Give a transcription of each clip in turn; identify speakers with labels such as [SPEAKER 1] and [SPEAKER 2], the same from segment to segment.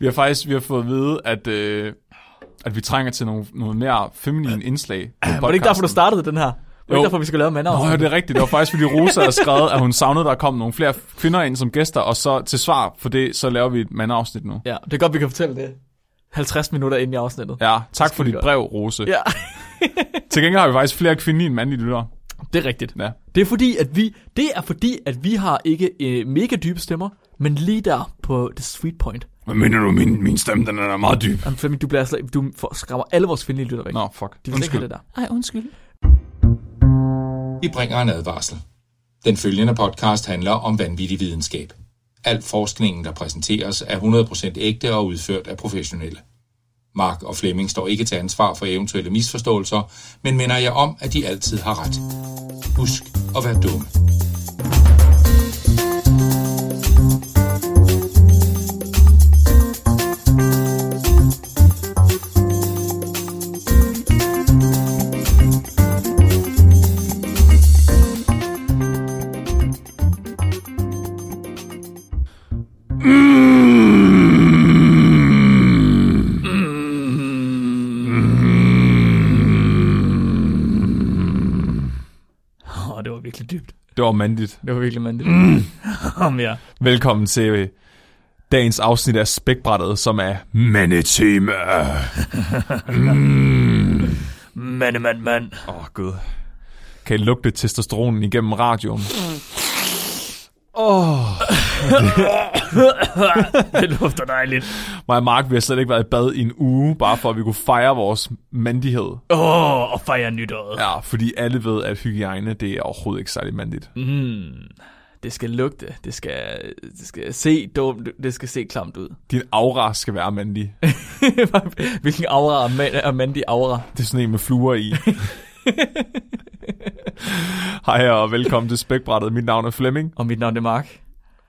[SPEAKER 1] Vi har faktisk vi har fået at vide, at, øh, at vi trænger til nogle, nogle mere feminine indslag. på
[SPEAKER 2] Var det ikke derfor,
[SPEAKER 1] podcasten.
[SPEAKER 2] du startede den her? Var det
[SPEAKER 1] Jo.
[SPEAKER 2] ikke derfor, vi skal lave mandavn?
[SPEAKER 1] Nå, ja, det er rigtigt. Det var faktisk, fordi Rosa havde skrevet, at hun savnede, at der kom nogle flere kvinder ind som gæster, og så til svar for det, så laver vi et mandafsnit nu.
[SPEAKER 2] ja, det er godt, vi kan fortælle det. 50 minutter ind i afsnittet.
[SPEAKER 1] Ja, tak for
[SPEAKER 2] vi
[SPEAKER 1] dit
[SPEAKER 2] gøre.
[SPEAKER 1] brev, Rose. Ja.
[SPEAKER 2] Ja,
[SPEAKER 1] Til gengæld har vi faktisk flere kvindelige end mandlige lyttere.
[SPEAKER 2] det er rigtigt.
[SPEAKER 1] Ja.
[SPEAKER 2] Det er fordi, at vi, det er fordi, at vi har ikke øh, mega dybe stemmer, men lige der på the sweet point.
[SPEAKER 1] Hvad mener du, min, min stemme, den er meget dyb?
[SPEAKER 2] Jamen, Flemming, du, bliver slet, du får- skræmmer alle vores kvindelige lytter væk.
[SPEAKER 1] Nå, fuck.
[SPEAKER 2] De vil slet ikke have
[SPEAKER 1] Undskyld.
[SPEAKER 2] det der. Ej, undskyld.
[SPEAKER 3] Vi bringer en advarsel. Den følgende podcast handler om vanvittig videnskab. Al forskningen, der præsenteres, er 100% ægte og udført af professionelle. Mark og Flemming står ikke til ansvar for eventuelle misforståelser, men minder jeg om, at de altid har ret. Husk at være dumme.
[SPEAKER 2] Åh, det var virkelig dybt.
[SPEAKER 1] Det var mandligt.
[SPEAKER 2] Det var virkelig mandigt. Mm. Om ja.
[SPEAKER 1] Velkommen til øh, dagens afsnit af Spækbrættet, som er mandetema.
[SPEAKER 2] Mand, mand, mand.
[SPEAKER 1] Åh, oh, gud. Kan I lugte testosteronen igennem radioen?
[SPEAKER 2] Det lufter dejligt.
[SPEAKER 1] Mig og Mark, vi har slet ikke været i bad i en uge, bare for at vi kunne fejre vores mandighed.
[SPEAKER 2] Åh, oh, og fejre nytåret.
[SPEAKER 1] Ja, fordi alle ved, at hygiejne, det er overhovedet ikke særlig mandigt.
[SPEAKER 2] Mm. Det skal lugte. Det skal, det skal se dumt. Det skal se klamt ud.
[SPEAKER 1] Din aura skal være mandig.
[SPEAKER 2] Hvilken aura er man, er mandig aura?
[SPEAKER 1] Det er sådan en med fluer i. Hej og velkommen til Spækbrættet. Mit navn er Flemming,
[SPEAKER 2] Og mit navn er Mark.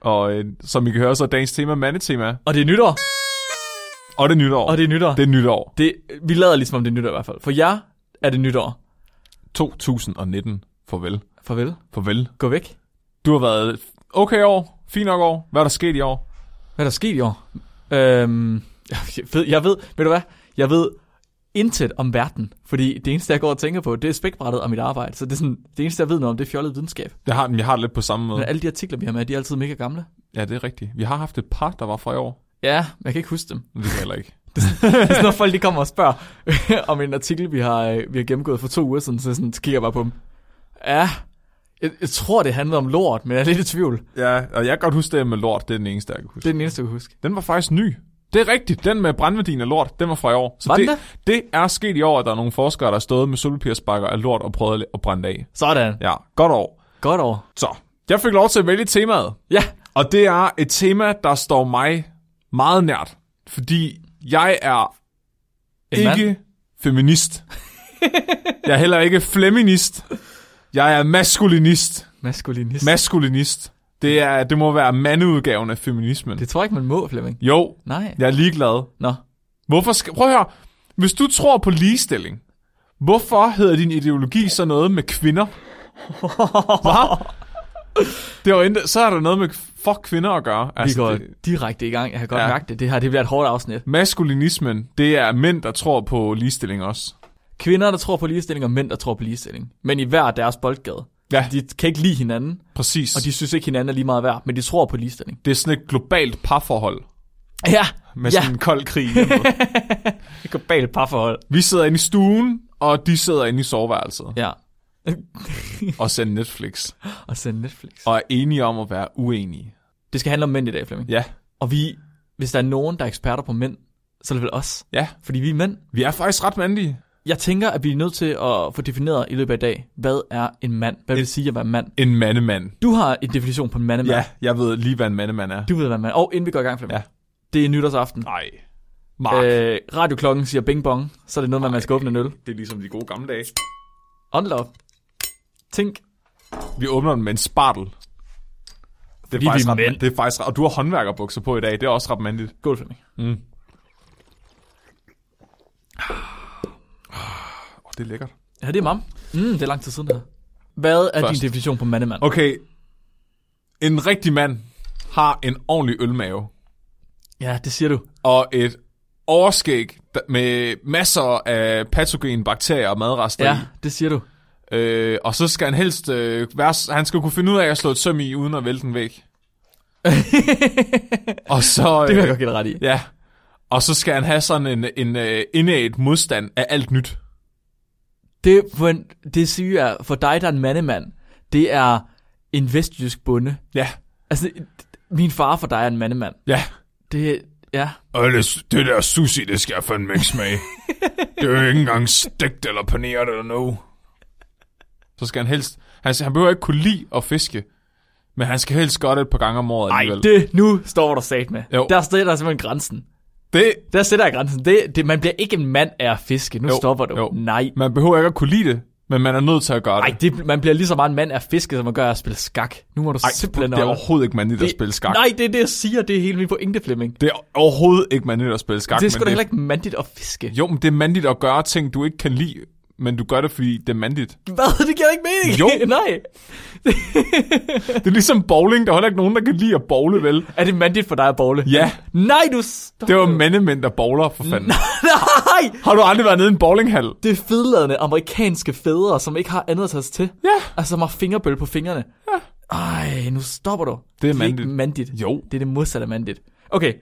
[SPEAKER 1] og øh, som I kan høre, så er dagens tema mandetema.
[SPEAKER 2] Og det er nytår.
[SPEAKER 1] Og det er nytår.
[SPEAKER 2] Og det er nytår.
[SPEAKER 1] det er nytår.
[SPEAKER 2] Det, vi lader ligesom om det er nytår i hvert fald. For jer er det nytår.
[SPEAKER 1] 2019. Farvel.
[SPEAKER 2] Farvel.
[SPEAKER 1] Farvel.
[SPEAKER 2] Gå væk.
[SPEAKER 1] Du har været et okay år, fint nok år. Hvad er der sket i år?
[SPEAKER 2] Hvad er der sket i år? Øhm, jeg ved, jeg ved, ved du hvad? Jeg ved intet om verden. Fordi det eneste, jeg går og tænker på, det er spækbrættet og mit arbejde. Så det, er sådan, det eneste, jeg ved noget om, det er fjollet videnskab.
[SPEAKER 1] Jeg har, jeg har det lidt på samme
[SPEAKER 2] Men
[SPEAKER 1] måde.
[SPEAKER 2] alle de artikler, vi har med, de er altid mega gamle.
[SPEAKER 1] Ja, det er rigtigt. Vi har haft et par, der var fra i år.
[SPEAKER 2] Ja, men jeg kan ikke huske dem.
[SPEAKER 1] Men det kan jeg heller ikke.
[SPEAKER 2] Så når folk de kommer og spørger om en artikel, vi har, øh, vi har gennemgået for to uger siden, så, sådan, så kigger jeg bare på dem. Ja, jeg, jeg tror, det handlede om lort, men jeg er lidt i tvivl.
[SPEAKER 1] Ja, og jeg kan godt huske det med lort. Det er den eneste, jeg kan huske.
[SPEAKER 2] Det er den eneste, jeg kan huske.
[SPEAKER 1] Den var faktisk ny. Det er rigtigt. Den med brandværdien af lort, den var fra i år. Så
[SPEAKER 2] Var den
[SPEAKER 1] det, det er sket i år, at der er nogle forskere, der har stået med sølvpapirsbakker af lort og prøvet at brænde det af.
[SPEAKER 2] Sådan.
[SPEAKER 1] Ja, godt år.
[SPEAKER 2] Godt over.
[SPEAKER 1] Så, jeg fik lov til at vælge temaet.
[SPEAKER 2] Ja,
[SPEAKER 1] Og det er et tema, der står mig meget nært. Fordi jeg er
[SPEAKER 2] En
[SPEAKER 1] ikke
[SPEAKER 2] mand?
[SPEAKER 1] feminist. jeg er heller ikke feminist. Jeg er maskulinist.
[SPEAKER 2] maskulinist.
[SPEAKER 1] Maskulinist. Det, er, det må være mandeudgaven af feminismen.
[SPEAKER 2] det tror jeg ikke, man må, Flemming.
[SPEAKER 1] Jo,
[SPEAKER 2] Nej. Ja.
[SPEAKER 1] jeg er ligeglad.
[SPEAKER 2] Nå.
[SPEAKER 1] Hvorfor skal... Prøv at høre. Hvis du tror på ligestilling, hvorfor hedder din ideologi så noget med kvinder? Hva? Det var endda, så er der noget med fuck kvinder at gøre. Altså,
[SPEAKER 2] Vi går
[SPEAKER 1] det,
[SPEAKER 2] Altså, direkte i gang. Jeg har godt
[SPEAKER 1] Ja.
[SPEAKER 2] ja. mærket det. Det her det bliver et hårdt afsnit.
[SPEAKER 1] maskulinismen, det er mænd, der tror på ligestilling også.
[SPEAKER 2] Kvinder, der tror på ligestilling, og mænd, der tror på ligestilling. Men i hver deres boldgade.
[SPEAKER 1] Ja,
[SPEAKER 2] De kan ikke lide hinanden,
[SPEAKER 1] præcis.
[SPEAKER 2] og de synes ikke, hinanden er lige meget værd, men de tror på ligestilling.
[SPEAKER 1] Det er sådan et globalt parforhold
[SPEAKER 2] Ja,
[SPEAKER 1] med
[SPEAKER 2] ja.
[SPEAKER 1] sådan en kold krig. hjemme.
[SPEAKER 2] et globalt parforhold.
[SPEAKER 1] Vi sidder inde i stuen, og de sidder inde i soveværelset
[SPEAKER 2] Ja,
[SPEAKER 1] og ser Netflix.
[SPEAKER 2] og sende Netflix.
[SPEAKER 1] Og er enige om at være uenige.
[SPEAKER 2] Det skal handle om mænd i dag, Flemming.
[SPEAKER 1] Ja,
[SPEAKER 2] Og vi, hvis der er nogen, der er eksperter på mænd, så er det vel os.
[SPEAKER 1] ja.
[SPEAKER 2] Fordi vi er mænd.
[SPEAKER 1] Vi er faktisk ret mandige.
[SPEAKER 2] Jeg tænker, at vi er nødt til at få defineret i løbet af i dag, hvad er en mand? Hvad vil det sige at være en mand?
[SPEAKER 1] En mandemand.
[SPEAKER 2] Du har en definition på en mandemand.
[SPEAKER 1] Ja, jeg ved lige, hvad en mandemand er.
[SPEAKER 2] Du ved, hvad en mand er. Og inden vi går i gang, Flemming.
[SPEAKER 1] Ja.
[SPEAKER 2] Det er nytårsaften.
[SPEAKER 1] Nej. Mark. Øh,
[SPEAKER 2] Øh, radioklokken siger bing bong, så er det noget med, at man skal åbne en øl.
[SPEAKER 1] det er ligesom de gode gamle dage.
[SPEAKER 2] Åndel op. Tænk.
[SPEAKER 1] Vi åbner den med en spartel. Det er,
[SPEAKER 2] vi
[SPEAKER 1] faktisk
[SPEAKER 2] er
[SPEAKER 1] ret,
[SPEAKER 2] mænd.
[SPEAKER 1] det er faktisk ret, og du har håndværkerbukser på i dag, det er også ret mandigt.
[SPEAKER 2] Skål, Flemming.
[SPEAKER 1] Oh, det er lækkert.
[SPEAKER 2] Ja, det er mam. Mm, det er lang tid siden, det her. Hvad er
[SPEAKER 1] Først.
[SPEAKER 2] din definition på mandemand?
[SPEAKER 1] Okay, en rigtig mand har en ordentlig ølmave.
[SPEAKER 2] Ja, det siger du.
[SPEAKER 1] og et overskæg der- med masser af patogene bakterier og madrester ja.
[SPEAKER 2] Ja, det siger du.
[SPEAKER 1] i. Øh, og så skal han helst øh, være, s- han skal kunne finde ud af at slå et søm i, uden at vælte en væg. og så, øh,
[SPEAKER 2] Det kan jeg godt give dig ret i.
[SPEAKER 1] ja. Og så skal han have sådan en, en øh, indædt modstand af alt nyt.
[SPEAKER 2] Det, for en, det syge er, for dig, der er en mandemand, det er en vestjysk bonde.
[SPEAKER 1] Ja,
[SPEAKER 2] Altså, min far for dig er en mandemand.
[SPEAKER 1] ja.
[SPEAKER 2] Det, ja.
[SPEAKER 1] Og ellers, det der sushi, det skal jeg fandme ikke smage. det er jo ikke engang stegt eller paneret eller noget. Så skal han helst... Han, han behøver ikke kunne lide at fiske, men han skal helst godt et par gange om året
[SPEAKER 2] Ej,
[SPEAKER 1] alligevel.
[SPEAKER 2] det nu står der sat med.
[SPEAKER 1] Jo.
[SPEAKER 2] Der sætter der simpelthen grænsen.
[SPEAKER 1] det...
[SPEAKER 2] Der sætter jeg grænsen. Det, det, man bliver ikke en mand af at fiske. Nu
[SPEAKER 1] Jo,
[SPEAKER 2] stopper du.
[SPEAKER 1] jo.
[SPEAKER 2] Nej.
[SPEAKER 1] Man behøver ikke at kunne lide det, men man er nødt til at gøre
[SPEAKER 2] Ej, det, man bliver lige så meget en mand af at fiske, som man gør af at spille skak. Nu må du Ej, simpelthen
[SPEAKER 1] det er
[SPEAKER 2] holde-
[SPEAKER 1] overhovedet ikke mandligt at
[SPEAKER 2] Det-
[SPEAKER 1] spille skak.
[SPEAKER 2] Nej, det er det, jeg siger. Det er hele min pointe, Flemming.
[SPEAKER 1] Det er overhovedet ikke mandligt at spille skak.
[SPEAKER 2] Det er sgu
[SPEAKER 1] men
[SPEAKER 2] da heller ikke mandigt at fiske.
[SPEAKER 1] Jo, men det er mandligt at gøre ting, du ikke kan lide, men du gør det, fordi det er mandligt.
[SPEAKER 2] Hvad? Det giver ikke mening.
[SPEAKER 1] Jo.
[SPEAKER 2] Nej.
[SPEAKER 1] Det er ligesom bowling. Der er heller ikke nogen, der kan lide at bowle, vel?
[SPEAKER 2] Er det mandigt for dig at bowle?
[SPEAKER 1] Ja,
[SPEAKER 2] Nej, du... Stop.
[SPEAKER 1] det var mandemænd, der bowler, for fanden.
[SPEAKER 2] Nej!
[SPEAKER 1] Har du aldrig været nede i en bowlinghal?
[SPEAKER 2] Det er fedladende amerikanske fædre, som ikke har andet at tage sig til.
[SPEAKER 1] Ja.
[SPEAKER 2] Altså, som har fingerbøl på fingrene. Ja. Ej, nu stopper du.
[SPEAKER 1] Det er
[SPEAKER 2] ikke
[SPEAKER 1] mandigt.
[SPEAKER 2] mandigt.
[SPEAKER 1] Jo.
[SPEAKER 2] Det er det modsatte af mandigt. Okay,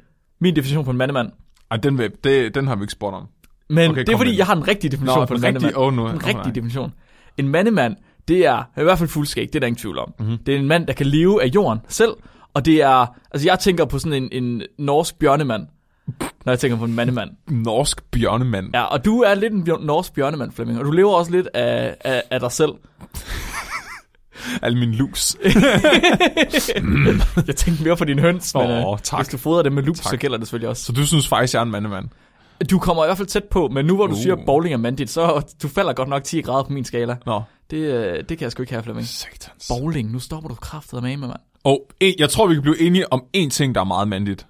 [SPEAKER 2] min definition på en mandemand.
[SPEAKER 1] Ej, den, vil- det, den har vi ikke spurgt om.
[SPEAKER 2] Men
[SPEAKER 1] Okay,
[SPEAKER 2] okay, det er
[SPEAKER 1] kom
[SPEAKER 2] fordi,
[SPEAKER 1] med
[SPEAKER 2] jeg har en rigtig definition
[SPEAKER 1] Nå,
[SPEAKER 2] på
[SPEAKER 1] den
[SPEAKER 2] en
[SPEAKER 1] rigtige-
[SPEAKER 2] mandemand.
[SPEAKER 1] åh, nu-
[SPEAKER 2] en
[SPEAKER 1] åh,
[SPEAKER 2] rigtig
[SPEAKER 1] nej.
[SPEAKER 2] definition. En mandemand, det er i hvert fald fuldskæg, det er der ingen tvivl om.
[SPEAKER 1] Mhm.
[SPEAKER 2] Mm-hmm. Det er en mand, der kan leve af jorden selv, og det er, altså jeg tænker på sådan en, en norsk bjørnemand, når jeg tænker på en mandemand.
[SPEAKER 1] Norsk bjørnemand. Ja.
[SPEAKER 2] Ja, og du er lidt en bjørn, norsk bjørnemand, Flemming, og du lever også lidt af, af, af dig selv.
[SPEAKER 1] Al min lus.
[SPEAKER 2] Jeg tænkte mere på din høns, men
[SPEAKER 1] Åh,
[SPEAKER 2] øh,
[SPEAKER 1] tak.
[SPEAKER 2] hvis du fodrer dem med lup,
[SPEAKER 1] Tak.
[SPEAKER 2] så gælder det selvfølgelig også.
[SPEAKER 1] Så du synes faktisk, jeg er en mandemand?
[SPEAKER 2] Du kommer i hvert fald tæt på, men nu hvor du uh.
[SPEAKER 1] Uh.
[SPEAKER 2] siger bowling er mandigt, så du falder godt nok 10 grader på min skala.
[SPEAKER 1] Nå.
[SPEAKER 2] Det, øh, det kan jeg sgu ikke have, Flemming.
[SPEAKER 1] Satans.
[SPEAKER 2] Bowling, nu stopper du kraftet med mig, mand.
[SPEAKER 1] Og en, jeg tror, vi kan blive enige om én ting, der er meget mandligt.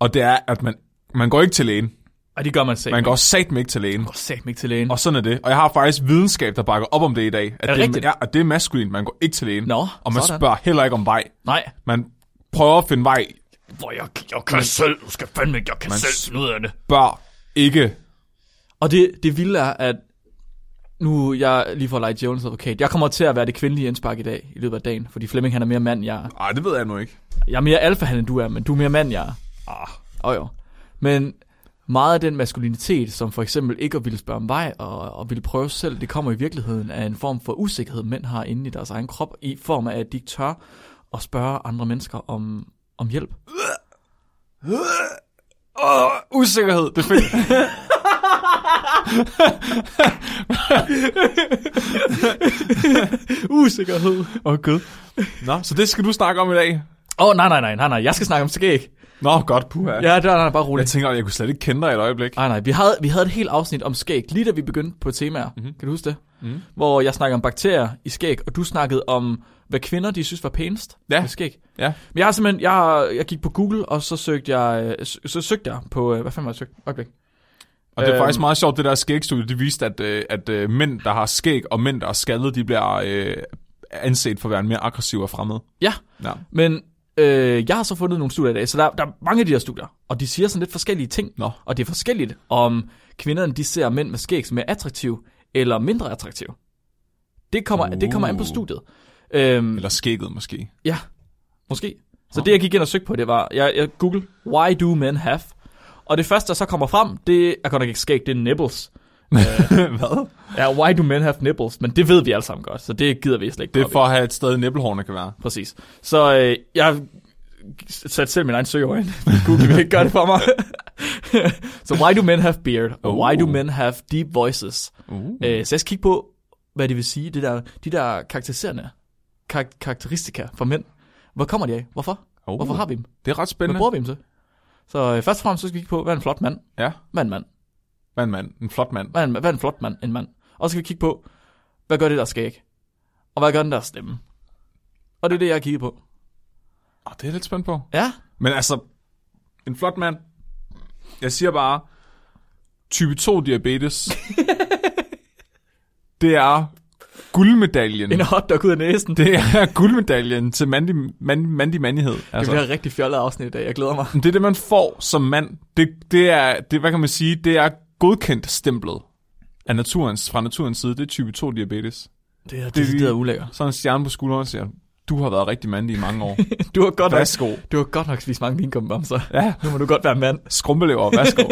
[SPEAKER 1] Og det er, at man, man går ikke til lægen.
[SPEAKER 2] Og det gør man selv.
[SPEAKER 1] Man går satme ikke til lægen.
[SPEAKER 2] går satme ikke til lægen.
[SPEAKER 1] Og sådan er det. Og jeg har faktisk videnskab, der bakker op om det i dag. At
[SPEAKER 2] det
[SPEAKER 1] det,
[SPEAKER 2] rigtigt?
[SPEAKER 1] ja, at det er maskulin. Man går ikke til lægen.
[SPEAKER 2] Nå,
[SPEAKER 1] og man
[SPEAKER 2] sådan.
[SPEAKER 1] spørger heller ikke om vej.
[SPEAKER 2] Nej.
[SPEAKER 1] Man prøver at finde vej.
[SPEAKER 2] Hvor jeg, jeg kan selv, du skal fandme ikke, jeg kan selv finde ud af det.
[SPEAKER 1] Bør ikke.
[SPEAKER 2] Og det, det vilde er, at nu er jeg lige for at lege Jones advokat. Jeg kommer til at være det kvindelige indspark i dag, i løbet af dagen. Fordi Flemming, han er mere mand, jeg er.
[SPEAKER 1] Ej, det ved jeg nu ikke.
[SPEAKER 2] Jeg er mere alfa, han, end du er, men du er mere mand, jeg er. Ah. Oh, jo. Men meget af den maskulinitet, som for eksempel ikke at ville spørge om vej og, og ville prøve selv, det kommer i virkeligheden af en form for usikkerhed, mænd har inde i deres egen krop, i form af, at de ikke tør at spørge andre mennesker om, om hjælp.
[SPEAKER 1] Åh, Uh, usikkerhed. Det fik
[SPEAKER 2] Usikkerhed.
[SPEAKER 1] Åh, oh, gud. Nå, så det skal du snakke om i dag.
[SPEAKER 2] Åh, oh, nej, nej, nej, nej, nej, jeg skal snakke om skæg.
[SPEAKER 1] Nå, godt, puha.
[SPEAKER 2] Ja, det nej, nej, bare
[SPEAKER 1] Jeg
[SPEAKER 2] roligt.
[SPEAKER 1] tænker, jeg kunne slet ikke kende dig i et øjeblik.
[SPEAKER 2] Nej, nej, vi havde, vi havde et helt afsnit om skæg, lige da vi begyndte på temaer.
[SPEAKER 1] Mhm.
[SPEAKER 2] Mm-hmm. Kan du huske det? Mm-hmm. Hvor jeg snakkede om bakterier i skæg, og du snakkede om, hvad kvinder de synes var pænest
[SPEAKER 1] Ja.
[SPEAKER 2] med skæg.
[SPEAKER 1] Ja.
[SPEAKER 2] Men jeg har simpelthen, jeg, har- jeg gik på Google, og så søgte jeg, øh, så, så søgte jeg på, øh, hvad fanden var jeg søgt? Okay.
[SPEAKER 1] Og det er
[SPEAKER 2] Øhm.
[SPEAKER 1] faktisk meget sjovt, det der skægstudie, det viste, at, øh, at øh, mænd, der har skæg, og mænd, der er skaldet, de bliver øh, anset for at være mere aggressive og fremmede.
[SPEAKER 2] Ja,
[SPEAKER 1] Ja.
[SPEAKER 2] men øh, jeg har så fundet nogle studier i dag, så der, der er mange af de her studier, og de siger sådan lidt forskellige ting.
[SPEAKER 1] Nå.
[SPEAKER 2] Og det er forskelligt, om kvinderne de ser mænd med skæg som er attraktive, eller mindre attraktive. Det kommer, uh. det kommer an på
[SPEAKER 1] Uh.
[SPEAKER 2] studiet. Øhm,
[SPEAKER 1] Eller skægget måske.
[SPEAKER 2] Ja, måske. Så det, jeg gik ind og søgte på, det var, jeg, jeg google, why do men have? Og det første, der så kommer frem, det er godt nok ikke skæg, det er nipples.
[SPEAKER 1] Hvad?
[SPEAKER 2] Ja, why do men have nipples? Men det ved vi alle sammen godt, så det gider vi slet
[SPEAKER 1] Det
[SPEAKER 2] ikke. gå
[SPEAKER 1] er
[SPEAKER 2] op i.
[SPEAKER 1] for at have et sted, næblehårene kan være.
[SPEAKER 2] Præcis. Så øh, jeg satte selv min egen søgeord ind. Google vil ikke gøre det for mig. så why do men have beard? Og why do
[SPEAKER 1] Uh.
[SPEAKER 2] men have deep voices?
[SPEAKER 1] Uh.
[SPEAKER 2] Øh, så jeg skal kigge på, hvad det vil sige, det der, de der karakteriserende kar- karakteristika for mænd. Hvor kommer de af? Hvorfor?
[SPEAKER 1] Oh.
[SPEAKER 2] Hvorfor har vi dem?
[SPEAKER 1] Det er ret
[SPEAKER 2] Hvad
[SPEAKER 1] spændende.
[SPEAKER 2] bruger vi dem til? Så øh, først og fremmest så skal vi kigge på, hvad er en flot mand?
[SPEAKER 1] Ja,
[SPEAKER 2] Hvad er en mand?
[SPEAKER 1] hvad er en mand? En flot mand.
[SPEAKER 2] Hvad er en, hvad er en flot mand? En mand. Og så skal vi kigge på, hvad gør det der skæg? Og hvad gør den der stemme? Og det er det, jeg har kigget på.
[SPEAKER 1] Oh, det er jeg lidt spændt på.
[SPEAKER 2] Ja,
[SPEAKER 1] Men altså, en flot mand. Jeg siger bare, type 2 diabetes, det er guldmedaljen.
[SPEAKER 2] En hotdog ud af næsen. Det,
[SPEAKER 1] Det er guldmedaljen til mandig, mand, mandig mandighed.
[SPEAKER 2] det
[SPEAKER 1] Altså.
[SPEAKER 2] bliver et rigtig fjollet afsnit i dag. Jeg glæder mig.
[SPEAKER 1] Men Det er det, man får som mand. Det, det er, det, hvad kan man sige, det er godkendt stemplet af naturens, fra naturens side. Det er type 2 diabetes.
[SPEAKER 2] Det er
[SPEAKER 1] er-
[SPEAKER 2] decideret ulækker.
[SPEAKER 1] Så er en stjerne på skulderen og siger, du har været rigtig mandig i mange år.
[SPEAKER 2] Du har godt nok,
[SPEAKER 1] Værsgo.
[SPEAKER 2] du har godt nok spist mange vinkumbamser.
[SPEAKER 1] Ja,
[SPEAKER 2] Nu må du godt være mand.
[SPEAKER 1] skrumpelever, værsgo.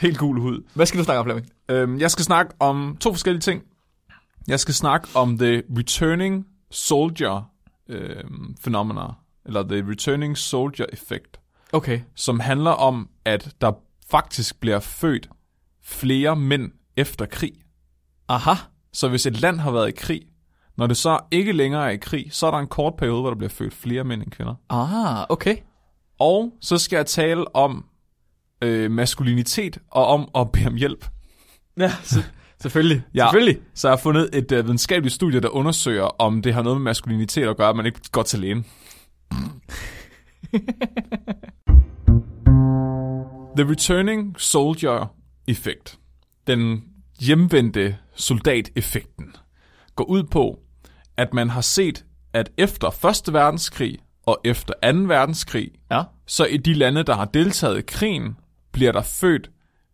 [SPEAKER 1] Helt gul hud.
[SPEAKER 2] Hvad skal du snakke om, Flemming?
[SPEAKER 1] Øhm, jeg skal snakke om to forskellige ting. Jeg skal snakke om The Returning Soldier øhm, phenomena, eller The Returning Soldier Effect,
[SPEAKER 2] Okay.
[SPEAKER 1] som handler om, at der faktisk bliver født flere mænd efter krig.
[SPEAKER 2] Aha.
[SPEAKER 1] Så hvis et land har været i krig, når det så ikke længere er i krig, så er der en kort periode, hvor der bliver født flere mænd end kvinder.
[SPEAKER 2] Ah, okay.
[SPEAKER 1] Og så skal jeg tale om øh, maskulinitet og om at bede om hjælp.
[SPEAKER 2] Ja, se- selvfølgelig.
[SPEAKER 1] Ja.
[SPEAKER 2] Selvfølgelig.
[SPEAKER 1] Så jeg har fundet et øh, videnskabeligt studie, der undersøger, om det har noget med maskulinitet at gøre, at man ikke går til lægen. The Returning Soldier Effect. Den hjemvendte soldat-effekten. Går ud på, at man har set, at efter 1. verdenskrig og efter 2. verdenskrig,
[SPEAKER 2] Ja.
[SPEAKER 1] så i de lande, der har deltaget i krigen, bliver der født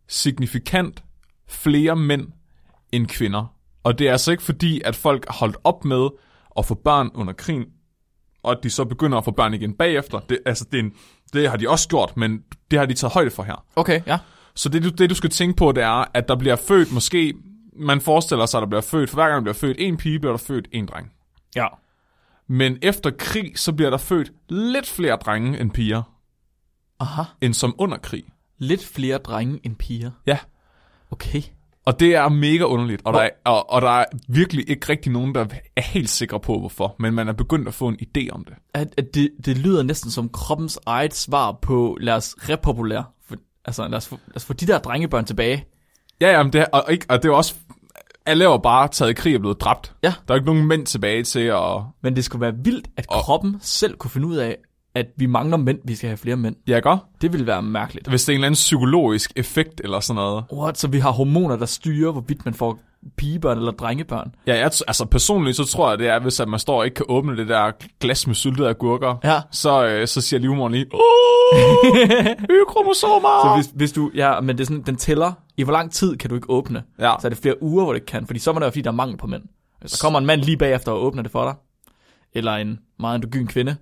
[SPEAKER 1] signifikant flere mænd end kvinder. Og det er altså ikke fordi, at folk har holdt op med at få børn under krigen, og at de så begynder at få børn igen bagefter. Det, altså, det, er en, det har de også gjort, men det har de taget højde for her.
[SPEAKER 2] Okay, ja.
[SPEAKER 1] Så det, du- det, du skal tænke på, det er, at der bliver født måske... Man forestiller sig, at der bliver født... For hver gang der bliver født en pige, bliver der født en dreng.
[SPEAKER 2] Ja.
[SPEAKER 1] Men efter krig, så bliver der født lidt flere drenge end piger,
[SPEAKER 2] Aha.
[SPEAKER 1] end som under krig.
[SPEAKER 2] Lidt flere drenge end piger.
[SPEAKER 1] Ja,
[SPEAKER 2] Okay.
[SPEAKER 1] og det er mega underligt, og der, er, og, og der er virkelig ikke rigtig nogen, der er helt sikre på, hvorfor. Men man er begyndt at få en idé om det.
[SPEAKER 2] At, at det, det lyder næsten som kroppens eget svar på, lad os repopulere. For, altså, lad os, få, lad os få de der drengebørn tilbage.
[SPEAKER 1] Ja, jamen det, er- og, ikke, og det er jo også... Alle er jo bare taget i krig og blevet dræbt.
[SPEAKER 2] Ja.
[SPEAKER 1] Der er ikke nogen mænd tilbage til, og...
[SPEAKER 2] Men det skulle være vildt, at kroppen selv kunne finde ud af, at vi mangler mænd, vi skal have flere mænd.
[SPEAKER 1] Ja, ikke også?
[SPEAKER 2] Det ville være mærkeligt.
[SPEAKER 1] Hvis det er en eller anden psykologisk effekt eller sådan noget.
[SPEAKER 2] What? Så vi har hormoner, der styrer, hvorvidt man får pigebørn eller drengebørn.
[SPEAKER 1] Ja, jeg, t- altså personligt så tror jeg, det er, hvis at man står og ikke kan åbne det der glas med syltede agurker,
[SPEAKER 2] Ja.
[SPEAKER 1] så, øh, så siger livmoderen lige, Åh, Y-kromosomer!
[SPEAKER 2] Så hvis, hvis du, ja, men det er sådan, den tæller, i hvor lang tid kan du ikke åbne?
[SPEAKER 1] Ja.
[SPEAKER 2] Så er det flere uger, hvor det ikke kan, fordi så må det være, fordi der er mangel på mænd. Hvis der kommer en mand lige bagefter og åbner det for dig, eller en meget androgyn kvinde,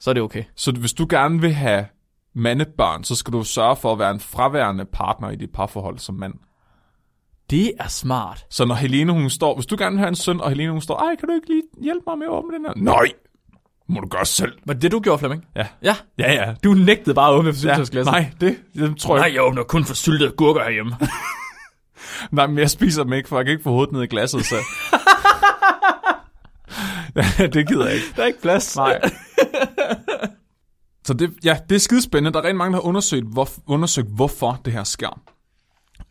[SPEAKER 2] så er det okay.
[SPEAKER 1] Så hvis du gerne vil have mandebørn, så skal du sørge for at være en fraværende partner i dit parforhold som mand.
[SPEAKER 2] Det er smart.
[SPEAKER 1] Så når Helene hun står, hvis du gerne vil have en søn, og Helene hun står, ej, kan du ikke lige hjælpe mig med at åbne den her? Nej, må du gøre selv.
[SPEAKER 2] Var det det, du gjorde, Flemming?
[SPEAKER 1] Ja.
[SPEAKER 2] Ja.
[SPEAKER 1] Ja, ja.
[SPEAKER 2] Du nægtede bare at åbne for
[SPEAKER 1] ja.
[SPEAKER 2] syltøjsglasset.
[SPEAKER 1] Nej, det, det tror jeg
[SPEAKER 2] Nej, jeg åbner kun for syltede gurker herhjemme.
[SPEAKER 1] Nej, men jeg spiser dem ikke, for jeg kan ikke få hovedet ned i glasset, så... Ja, det gider jeg ikke.
[SPEAKER 2] der er ikke plads.
[SPEAKER 1] Nej. Så det, ja, det er skidespændende. Der er rent mange, der har undersøgt, hvor, undersøgt, hvorfor det her sker.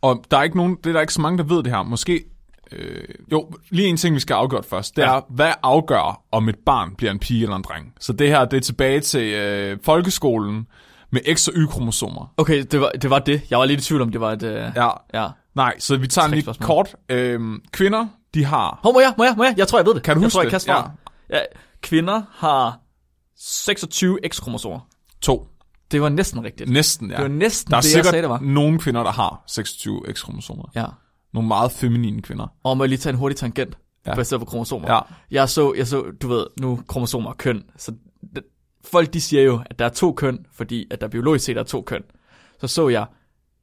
[SPEAKER 1] Og der er ikke nogen, det er der ikke så mange, der ved det her. Måske, øh, jo, lige en ting, vi skal afgøre først. Det er, hvad afgør, om et barn bliver en pige eller en dreng? Så det her, det er tilbage til øh, folkeskolen med X- og Y-kromosomer.
[SPEAKER 2] Okay, det var, det var det. Jeg var lidt i tvivl om, det var et... Øh...
[SPEAKER 1] Ja,
[SPEAKER 2] ja.
[SPEAKER 1] nej, så vi tager en lige
[SPEAKER 2] Slægtsspørgsmål.
[SPEAKER 1] kort. Øh, kvinder, de har...
[SPEAKER 2] Hov, må jeg? Må jeg? Må jeg? Jeg tror, jeg ved det.
[SPEAKER 1] Kan du
[SPEAKER 2] jeg
[SPEAKER 1] huske
[SPEAKER 2] tror, jeg
[SPEAKER 1] det?
[SPEAKER 2] kan svare. Ja. ja. Kvinder har 26 X-kromosomer.
[SPEAKER 1] To.
[SPEAKER 2] Det var næsten rigtigt.
[SPEAKER 1] Næsten, ja.
[SPEAKER 2] Det var næsten
[SPEAKER 1] Der er
[SPEAKER 2] det,
[SPEAKER 1] sikkert
[SPEAKER 2] jeg sagde, det var.
[SPEAKER 1] nogle kvinder, der har 26 X-kromosomer.
[SPEAKER 2] Ja.
[SPEAKER 1] Nogle meget feminine kvinder.
[SPEAKER 2] Og må jeg lige tage en hurtig tangent,
[SPEAKER 1] Ja.
[SPEAKER 2] ja. baseret på kromosomer.
[SPEAKER 1] Ja.
[SPEAKER 2] Jeg, så, jeg så, du ved, nu kromosomer og køn. Så det, folk, de siger jo, at der er to køn, fordi at der biologisk set er to køn. Så så jeg,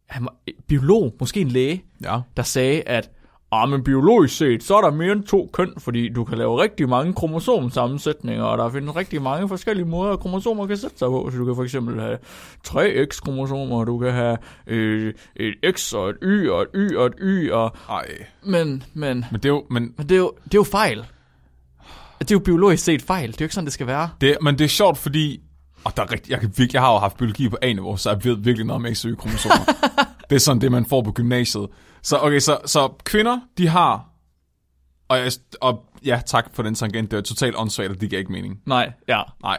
[SPEAKER 2] han var en biolog, måske en læge,
[SPEAKER 1] Ja.
[SPEAKER 2] der sagde, at ah, men biologisk set, så er der mere end to køn, fordi du kan lave rigtig mange kromosomsammensætninger, og der findes rigtig mange forskellige måder, at kromosomer kan sætte sig på. Så du kan for eksempel have tre X-kromosomer, du kan have øh, et X og et Y og et Y og et Y, og...
[SPEAKER 1] Ej.
[SPEAKER 2] Men, men,
[SPEAKER 1] Men det er jo, men
[SPEAKER 2] men det, er jo, det er jo fejl. Det er jo biologisk set fejl. Det er jo ikke sådan, det skal være.
[SPEAKER 1] det, men det er sjovt, fordi... Og der er rigtig, jeg, kan virkelig, jeg har jo haft biologi på A-niveau, så jeg ved virkelig noget om XY-kromosomer. det er sådan det, man får på gymnasiet. Så okay, så, så kvinder, de har... Og, jeg, og ja, tak for den tangent. Det er totalt åndssvagt, og det giver ikke mening.
[SPEAKER 2] Nej, ja.
[SPEAKER 1] Nej.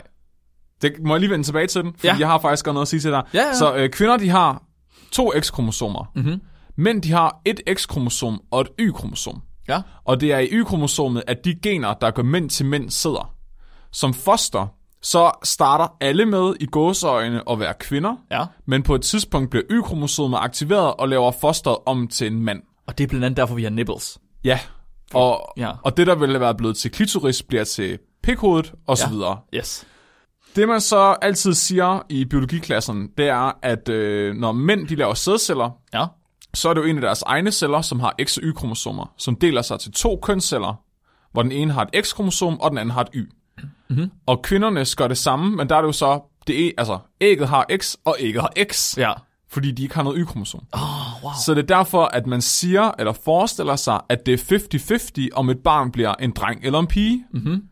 [SPEAKER 1] Det må jeg lige vende tilbage til den, fordi ja.
[SPEAKER 2] Ja.
[SPEAKER 1] jeg har faktisk også noget at sige til dig.
[SPEAKER 2] Ja, ja.
[SPEAKER 1] Så øh, kvinder, de har to X-kromosomer. Mm-hmm. Mænd, de har et X-kromosom og et Y-kromosom.
[SPEAKER 2] Ja.
[SPEAKER 1] Og det er i Y-kromosomet, at de gener, der går mænd til mænd, sidder. Som foster, så starter alle med i gåseøjne at være kvinder,
[SPEAKER 2] Ja.
[SPEAKER 1] men på et tidspunkt bliver Y-kromosomet aktiveret og laver fosteret om til en mand.
[SPEAKER 2] Og det er blandt andet derfor, vi har nipples.
[SPEAKER 1] Ja. Og,
[SPEAKER 2] Ja.
[SPEAKER 1] og det, der ville være blevet til klitoris, bliver til pikhovedet osv.
[SPEAKER 2] Ja.
[SPEAKER 1] videre.
[SPEAKER 2] Yes.
[SPEAKER 1] Det man så altid siger i biologiklassen, det er, at øh, når mænd de laver sædceller,
[SPEAKER 2] Ja.
[SPEAKER 1] så er det jo en af deres egne celler, som har X- og Y-kromosomer, som deler sig til to kønsceller, hvor den ene har et X-kromosom, og den anden har et Y. Mm-hmm. Og kvinderne gør det samme, men der er det jo så, det er, altså ægget har X, og ægget har X,
[SPEAKER 2] Ja.
[SPEAKER 1] fordi de ikke har noget Y-kromosom. Oh, wow. Så det er derfor, at man siger, eller forestiller sig, at det er 50-50, om et barn bliver en dreng eller en pige. Mm-hmm.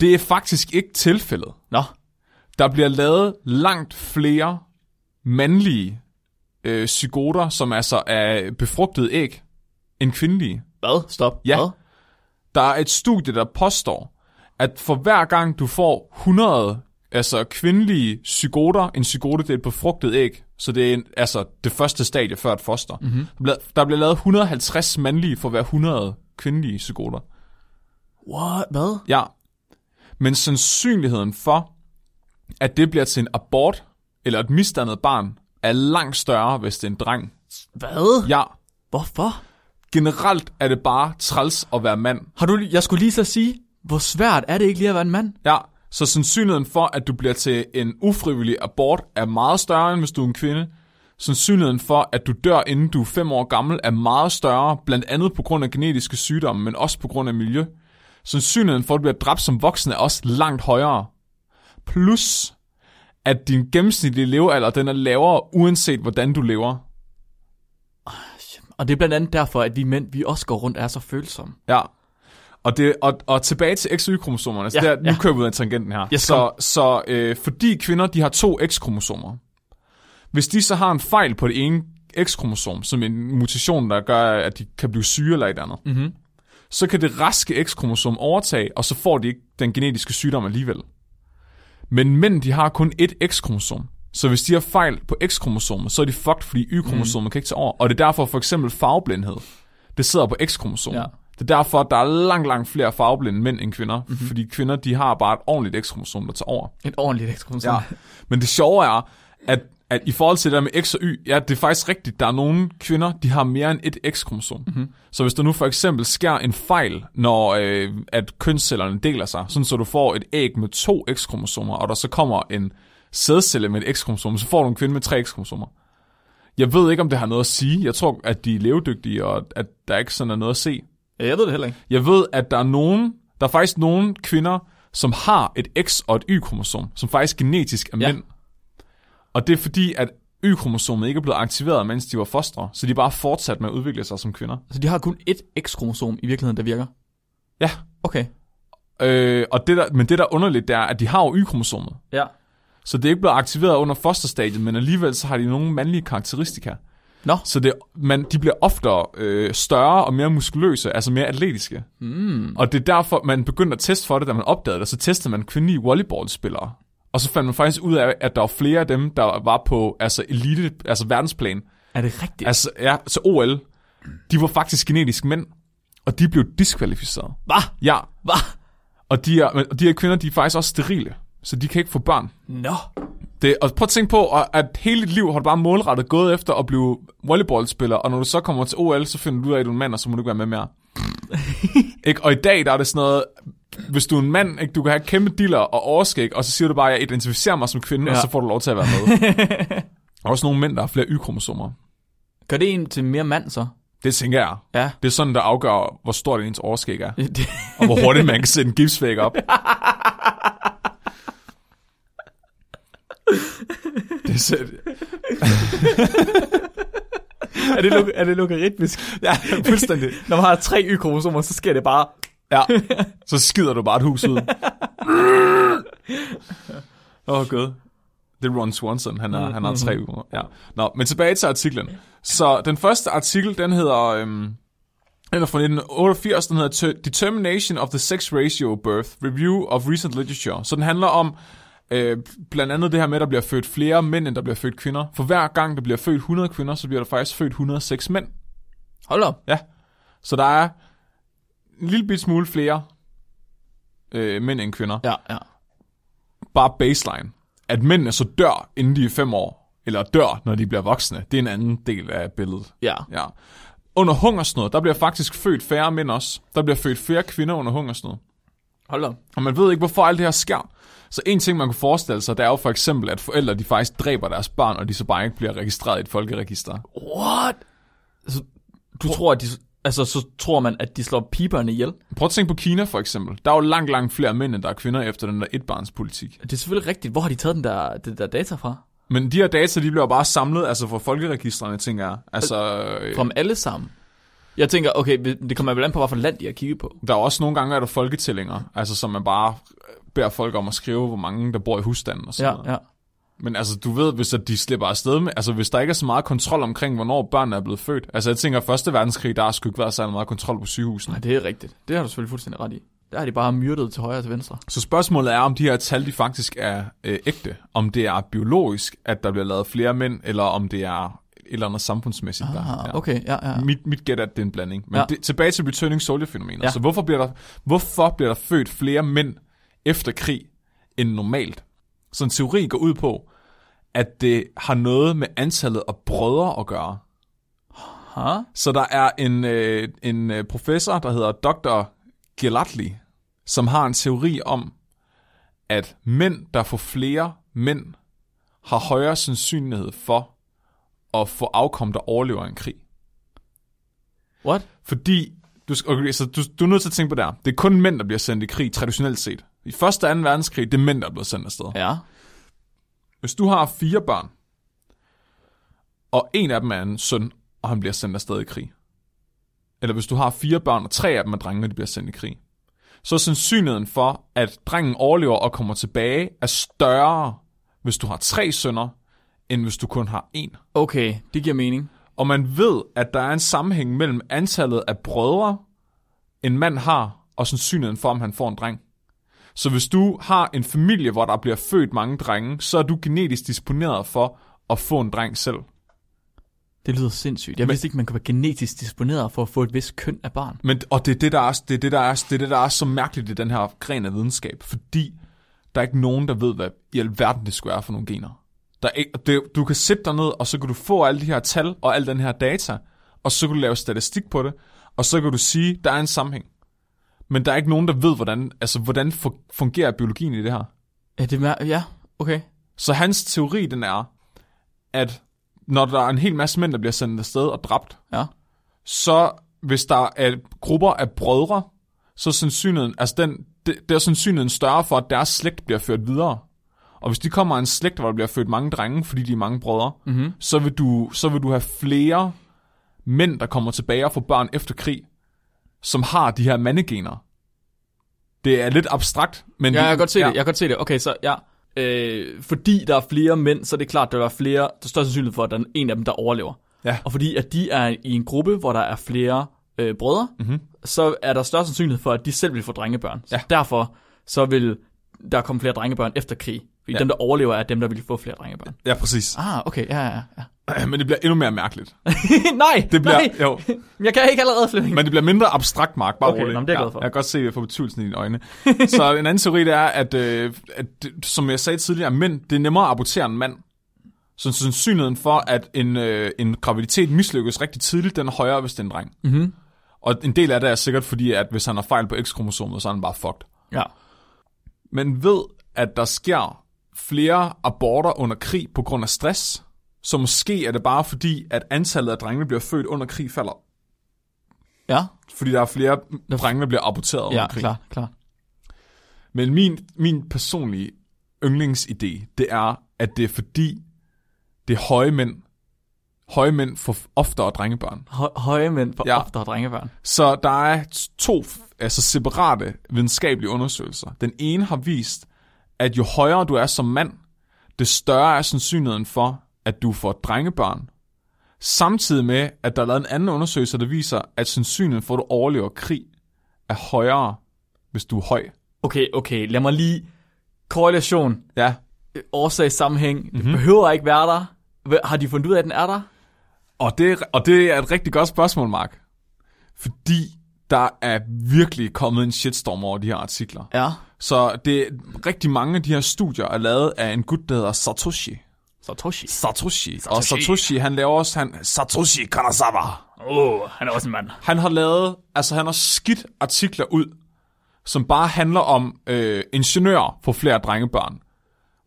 [SPEAKER 1] Det er faktisk ikke tilfældet.
[SPEAKER 2] Nå.
[SPEAKER 1] Der bliver lavet langt flere mandlige øh, zygoter, som altså er befrugtet æg, end kvindelige.
[SPEAKER 2] Hvad? Stop.
[SPEAKER 1] Ja.
[SPEAKER 2] Hvad?
[SPEAKER 1] Der er et studie, der påstår, at for hver gang du får 100 altså kvindelige zygoter, en zygote det er et befrugtet æg, så det er en, altså det første stadie før et foster. Mm-hmm. Der, bliver, der bliver lavet 150 mandlige for hver 100 kvindelige zygoter.
[SPEAKER 2] What? Hvad?
[SPEAKER 1] Ja. Men sandsynligheden for, at det bliver til en abort eller et misdannet barn, er langt større, hvis det er en dreng.
[SPEAKER 2] Hvad?
[SPEAKER 1] Ja,
[SPEAKER 2] Hvorfor?
[SPEAKER 1] generelt er det bare træls at være mand.
[SPEAKER 2] Har du, jeg skulle lige så sige, hvor svært er det ikke lige at være en mand?
[SPEAKER 1] Ja, så sandsynligheden for, at du bliver til en ufrivillig abort, er meget større, end hvis du er en kvinde. Sandsynligheden for, at du dør, inden du er fem år gammel, er meget større, blandt andet på grund af genetiske sygdomme, men også på grund af miljø. Sandsynligheden for, at du bliver dræbt som voksen, er også langt højere. Plus, at din gennemsnitlige levealder, den er lavere, uanset hvordan du lever.
[SPEAKER 2] Og det er blandt andet derfor, at vi mænd, vi også går rundt og er så følsomme.
[SPEAKER 1] Ja. Og, det, og, og tilbage til X- og Y-kromosomerne. Så
[SPEAKER 2] Ja,
[SPEAKER 1] ja, der, nu
[SPEAKER 2] ja.
[SPEAKER 1] kører vi ud af tangenten her.
[SPEAKER 2] Yes,
[SPEAKER 1] så så øh, fordi kvinder de har to X-kromosomer, hvis de så har en fejl på det ene X-kromosom, som en mutation, der gør, at de kan blive syge eller et andet, mm-hmm. så kan det raske X-kromosom overtage, og så får de ikke den genetiske sygdom alligevel. Men mænd, de har kun et X-kromosom. Så hvis de har fejl på X-kromosomet, så er de fucked, fordi Y-kromosomet mm. kan ikke tage over. Og det er derfor for eksempel farveblindhed. Det sidder på X-kromosomet.
[SPEAKER 2] Ja.
[SPEAKER 1] Ja. Det er derfor, at der er langt, langt flere farveblinde mænd end kvinder. Mm-hmm. Fordi kvinder, de har bare et ordentligt X-kromosom, der tager over.
[SPEAKER 2] Et ordentligt ekskromosom.
[SPEAKER 1] Ja. Men det sjove er, at, at i forhold til det der med X og Y, ja, det er faktisk rigtigt, der er nogle kvinder, de har mere end et X-kromosom. Mm-hmm. Så hvis der nu for eksempel sker en fejl, når øh, at kønscellerne deler sig, sådan så du får et æg med to X-kromosomer, og der så kommer en sædcelle med et X-kromosom, så får du en kvinde med tre X-kromosomer. Jeg ved ikke, om det har noget at sige. Jeg tror, at de er levedygtige, og at der ikke sådan er noget at se.
[SPEAKER 2] Ja, jeg ved det heller ikke.
[SPEAKER 1] Jeg ved, at der er nogen, der er faktisk nogen kvinder, som har et X- og et Y-kromosom, som faktisk genetisk er
[SPEAKER 2] Ja.
[SPEAKER 1] mænd. Og det er fordi, at Y-kromosomet ikke er blevet aktiveret, mens de var fostre, så de er bare fortsat med at udvikle sig som kvinder.
[SPEAKER 2] Så Altså, de har kun ét ekskromosom i virkeligheden, der virker.
[SPEAKER 1] Ja,
[SPEAKER 2] Okay.
[SPEAKER 1] øh, og det der, men det der er underligt, det er, at de har jo Y-kromosomet,
[SPEAKER 2] Ja.
[SPEAKER 1] så det er ikke blevet aktiveret under fosterstadiet, men alligevel så har de nogle mandlige karakteristika.
[SPEAKER 2] Nå.
[SPEAKER 1] Så det, man, de bliver oftere øh, større og mere muskuløse, altså mere atletiske. Mm. Og det er derfor, man begyndte at teste for det, da man opdagede det. Så testede man kvindelige volleyballspillere. Og så fandt man faktisk ud af, at der var flere af dem, der var på altså elite, altså verdensplan.
[SPEAKER 2] Er det rigtigt?
[SPEAKER 1] Altså, ja, så OL. De var faktisk genetisk mænd, og de blev diskvalificeret.
[SPEAKER 2] Hvad?
[SPEAKER 1] Ja,
[SPEAKER 2] Hvad?
[SPEAKER 1] og de, er, men de her kvinder, de er faktisk også sterile, så de kan ikke få børn.
[SPEAKER 2] Nå.
[SPEAKER 1] Det, og prøv at tænke på, at- at hele dit liv har du bare målrettet gået efter at blive volleyballspiller, og når du så kommer til OL, så finder du ud af, at du er en mand, og så må du ikke være med mere. ikke? Og i dag, der er det sådan noget, hvis du er en mand, ikke? du kan have kæmpe diller og overskæg, og så siger du bare, at jeg identificerer mig som kvinde, ja. og
[SPEAKER 2] Ja.
[SPEAKER 1] så får du lov til at være med. der er også nogle mænd, der har flere y-kromosomer.
[SPEAKER 2] Gør det en til mere mand så?
[SPEAKER 1] Det tænker jeg.
[SPEAKER 2] Ja.
[SPEAKER 1] Det er sådan, der afgør, hvor stort ens overskæg er,
[SPEAKER 2] Det,
[SPEAKER 1] og hvor hurtigt man kan sætte en gipsvæg op. Det er sæt-
[SPEAKER 2] er, det luk, er det logaritmisk?
[SPEAKER 1] Ja, fuldstændig.
[SPEAKER 2] Når man har tre y-kromosomer, så sker det bare...
[SPEAKER 1] Ja, så skider du bare et hus ud. Åh, oh, gud. Det er Ron Swanson, han har, han har tre uger. Ja. Nå, men tilbage til artiklen. Så den første artikel, den hedder... Øhm, den er fra 1988, den hedder Ter- Determination of the Sex Ratio Birth, Review of Recent Literature. Så den handler om øh, blandt andet det her med, at der bliver født flere mænd, end der bliver født kvinder. For hver gang, der bliver født 100 kvinder, så bliver der faktisk født 106 mænd.
[SPEAKER 2] Hold op.
[SPEAKER 1] Ja. Så der er en lille bit smule flere øh, mænd end kvinder.
[SPEAKER 2] Ja, ja.
[SPEAKER 1] Bare baseline. At mændene så dør, inden de er fem år, eller dør, når de bliver voksne, det er en anden del af billedet.
[SPEAKER 2] Ja.
[SPEAKER 1] Ja. Under hungersnød, der bliver faktisk født færre mænd også. Der bliver født flere kvinder under hungersnød.
[SPEAKER 2] Hold op.
[SPEAKER 1] Og man ved ikke, hvorfor alt det her sker. Så en ting, man kunne forestille sig, det er jo for eksempel, at forældre de faktisk dræber deres barn, og de så bare ikke bliver registreret i et folkeregister.
[SPEAKER 2] What? Altså, du tror, at de, altså, så tror man, at de slår piberne ihjel.
[SPEAKER 1] Prøv at tænke på Kina for eksempel. Der er jo langt, langt flere mænd, end der er kvinder efter den der etbarnspolitik.
[SPEAKER 2] Det er selvfølgelig rigtigt. Hvor har de taget den der, den der data fra?
[SPEAKER 1] Men de her data, de bliver jo bare samlet altså fra folkeregistrene, tænker jeg. Altså, øh,
[SPEAKER 2] Fra dem alle sammen? Jeg tænker, okay, det kommer vel an på, hvad for land de har kigget på.
[SPEAKER 1] der er også nogle gange, er der folketællinger, altså som man bare beder folk om at skrive, hvor mange der bor i husstanden og sådan noget.
[SPEAKER 2] Ja, ja.
[SPEAKER 1] Men altså, du ved, hvis at de slipper afsted med, altså hvis der ikke er så meget kontrol omkring, hvornår børnene er blevet født. Altså jeg tænker, at første verdenskrig, der har sgu ikke været særlig meget kontrol på sygehusene.
[SPEAKER 2] Nej, det er rigtigt. Det har du selvfølgelig fuldstændig ret i. Der har de bare myrdet til højre og til venstre.
[SPEAKER 1] Så spørgsmålet er, om de her tal, de faktisk er øh, ægte. Om det er biologisk, at der bliver lavet flere mænd, eller om det er et eller andet samfundsmæssigt. der,
[SPEAKER 2] Ah,
[SPEAKER 1] ja.
[SPEAKER 2] okay, ja, ja.
[SPEAKER 1] Mit, mit gæt er, at det er en blanding. Men
[SPEAKER 2] Ja.
[SPEAKER 1] ja. det, tilbage til returning soldier-fænomenet.
[SPEAKER 2] Ja.
[SPEAKER 1] Ja. Så hvorfor bliver, der, hvorfor bliver der født flere mænd efter krig end normalt? Så en teori går ud på, at det har noget med antallet af brødre at gøre.
[SPEAKER 2] Ha?
[SPEAKER 1] Så der er en, øh, en øh, professor, der hedder Dr. Gelatli, som har en teori om, at mænd, der får flere mænd, har højere sandsynlighed for at få afkom, der overlever en krig.
[SPEAKER 2] What?
[SPEAKER 1] Fordi, du, skal- okay, så du, du er nødt til at tænke på det her. Det er kun mænd, der bliver sendt i krig, traditionelt set. I første og anden verdenskrig, det er mænd, der er blevet sendt afsted. Ja.
[SPEAKER 2] Ja.
[SPEAKER 1] Hvis du har fire børn, og en af dem er en søn, og han bliver sendt afsted i krig. Eller hvis du har fire børn, og tre af dem er drenge, og de bliver sendt i krig. Så er sandsynligheden for, at drengen overlever og kommer tilbage, er større, hvis du har tre sønner, end hvis du kun har en.
[SPEAKER 2] Okay, det giver mening.
[SPEAKER 1] Og man ved, at der er en sammenhæng mellem antallet af brødre, en mand har, og sandsynligheden for, om han får en dreng. Så hvis du har en familie, hvor der bliver født mange drenge, så er du genetisk disponeret for at få en dreng selv.
[SPEAKER 2] Det lyder sindssygt. Jeg vidste ikke, man kunne være genetisk disponeret for at få et vist køn af barn.
[SPEAKER 1] Men, og det er det, der er, det er det, der er, det er det, der er så mærkeligt i den her gren af videnskab, fordi der er ikke nogen, der ved, hvad i alverden det skulle være for nogle gener. Der er ikke, det, du kan sætte dig ned, og så kan du få alle de her tal og al den her data, og så kan du lave statistik på det, og så kan du sige, der er en sammenhæng. Men der er ikke nogen, der ved, hvordan, altså, hvordan fu- fungerer biologien i det her.
[SPEAKER 2] Ja, det er, ja, okay.
[SPEAKER 1] Så hans teori, den er, at når der er en hel masse mænd, der bliver sendt afsted og dræbt,
[SPEAKER 2] Ja.
[SPEAKER 1] så hvis der er grupper af brødre, så er sandsynligheden, altså den, det, der er sandsynligheden større for, at deres slægt bliver ført videre. Og hvis de kommer af en slægt, hvor der bliver født mange drenge, fordi de er mange brødre,
[SPEAKER 2] Mhm.
[SPEAKER 1] mm-hmm. så, vil du, så vil du have flere mænd, der kommer tilbage og får børn efter krig, som har de her mandegener. Det er lidt abstrakt, men...
[SPEAKER 2] Ja,
[SPEAKER 1] vi-
[SPEAKER 2] jeg kan godt se ja. det. Jeg kan godt se det. Okay, så ja. Øh, fordi der er flere mænd, så er det klart, der er flere, der er større sandsynlighed for, at der er en af dem, der overlever.
[SPEAKER 1] Ja.
[SPEAKER 2] Og fordi at de er i en gruppe, hvor der er flere øh, brødre, mm-hmm. så er der større sandsynlighed for, at de selv vil få drengebørn. Så
[SPEAKER 1] Mhm. Ja.
[SPEAKER 2] derfor så vil der komme flere drengebørn efter krig. Fordi ja. dem, der overlever, er dem, der vil få flere drengebørn.
[SPEAKER 1] Ja, præcis.
[SPEAKER 2] Ah, okay, ja, ja, ja.
[SPEAKER 1] Men det bliver endnu mere mærkeligt.
[SPEAKER 2] nej,
[SPEAKER 1] Det bliver,
[SPEAKER 2] nej.
[SPEAKER 1] jo,
[SPEAKER 2] Jeg kan ikke allerede, Flemming.
[SPEAKER 1] Men det bliver mindre abstrakt, Mark. Bare
[SPEAKER 2] Okay,
[SPEAKER 1] rolig.
[SPEAKER 2] nå, men det er jeg glad for.
[SPEAKER 1] Ja, jeg kan godt se, at jeg får betydelsen i dine øjne. så en anden teori, det er, at, øh, at det- som jeg sagde tidligere, mænd, det er nemmere at abortere en mand. Så sandsynligheden for, at en, øh, en graviditet mislykkes rigtig tidligt, den er højere, hvis det er en dreng. Mm-hmm.
[SPEAKER 2] Mhm.
[SPEAKER 1] Og en del af det er sikkert fordi, at hvis han har fejl på X-kromosomet, så er han bare fucked.
[SPEAKER 2] Ja.
[SPEAKER 1] Men ved, at der sker flere aborter under krig på grund af stress, så måske er det bare fordi, at antallet af drenge, der bliver født under krig, falder
[SPEAKER 2] Ja,
[SPEAKER 1] fordi der er flere drenge, der bliver aborteret
[SPEAKER 2] ja,
[SPEAKER 1] under krig.
[SPEAKER 2] klar, klar.
[SPEAKER 1] Men min, min personlige yndlingsidé, det er, at det er fordi, det er høje mænd. Høje mænd får oftere drengebørn.
[SPEAKER 2] Hø- høje mænd for ja.
[SPEAKER 1] Ja.
[SPEAKER 2] oftere drengebørn.
[SPEAKER 1] Så der er to f- altså separate videnskabelige undersøgelser. Den ene har vist, at jo højere du er som mand, det større er sandsynligheden for, at du får drengebørn. Samtidig med, at der er lavet en anden undersøgelse, der viser, at sandsynligheden for, at du overlever krig, er højere, hvis du er høj.
[SPEAKER 2] Okay, okay, lad mig lige... Korrelation. øh,
[SPEAKER 1] Ja,
[SPEAKER 2] årsagssammenhæng. Mm-hmm. Det behøver ikke være der. Hva- Har de fundet ud af, at den er der?
[SPEAKER 1] Og det, er- og det er et rigtig godt spørgsmål, Mark. fordi der er virkelig kommet en shitstorm over de her artikler.
[SPEAKER 2] Ja.
[SPEAKER 1] Så det, rigtig mange af de her studier er lavet af en gut, der hedder Satoshi.
[SPEAKER 2] Satoshi.
[SPEAKER 1] Satoshi. Satoshi. Og Satoshi, han laver også han, Satoshi Kanazawa.
[SPEAKER 2] Åh, oh, han er også en mand.
[SPEAKER 1] Han har lavet, altså han har skidt artikler ud, som bare handler om øh, ingeniører for flere drengebørn.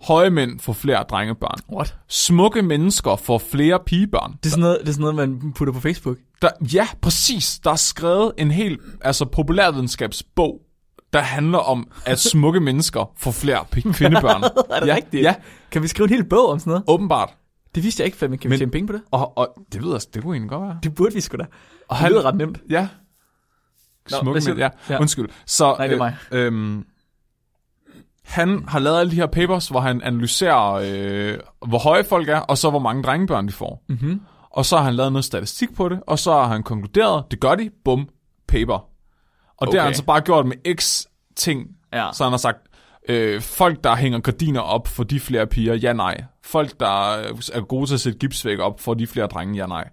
[SPEAKER 1] Høje mænd for flere drengebørn.
[SPEAKER 2] What?
[SPEAKER 1] Smukke mennesker for flere pigebørn.
[SPEAKER 2] Det er, sådan noget, det er sådan noget, man putter på Facebook.
[SPEAKER 1] Der, ja, præcis. Der er skrevet en hel altså, populærvidenskabsbog, der handler om, at smukke mennesker får flere p- kvindebørn.
[SPEAKER 2] er det
[SPEAKER 1] ja,
[SPEAKER 2] rigtigt?
[SPEAKER 1] Ja,
[SPEAKER 2] Kan vi skrive en hel bog om sådan noget?
[SPEAKER 1] åbenbart.
[SPEAKER 2] Det vidste jeg ikke, fandme. Kan vi
[SPEAKER 1] Men-
[SPEAKER 2] tjene penge på det?
[SPEAKER 1] Og, og det ved jeg, det kunne egentlig godt være.
[SPEAKER 2] Det burde vi sgu da. Og
[SPEAKER 1] han-
[SPEAKER 2] det lyder ret nemt.
[SPEAKER 1] Ja.
[SPEAKER 2] Nå,
[SPEAKER 1] Smukke
[SPEAKER 2] hvad siger
[SPEAKER 1] mænd, ja.
[SPEAKER 2] du?
[SPEAKER 1] ja.
[SPEAKER 2] Ja.
[SPEAKER 1] Undskyld. Så,
[SPEAKER 2] Nej, det er mig.
[SPEAKER 1] Øh, øhm, han har lavet alle de her papers, hvor han analyserer, øh, hvor høje folk er, og så hvor mange drengebørn de får. Mm-hmm. Og så har han lavet noget statistik på det, og så har han konkluderet, det gør de, bum, paper. Og okay. det har
[SPEAKER 2] Okay.
[SPEAKER 1] han så bare gjort med x ting.
[SPEAKER 2] Ja.
[SPEAKER 1] Så han har sagt, øh, folk der hænger gardiner op, får de flere piger, ja nej. Folk der øh, er gode til at sætte gipsvæg op, får de flere drenge, ja nej.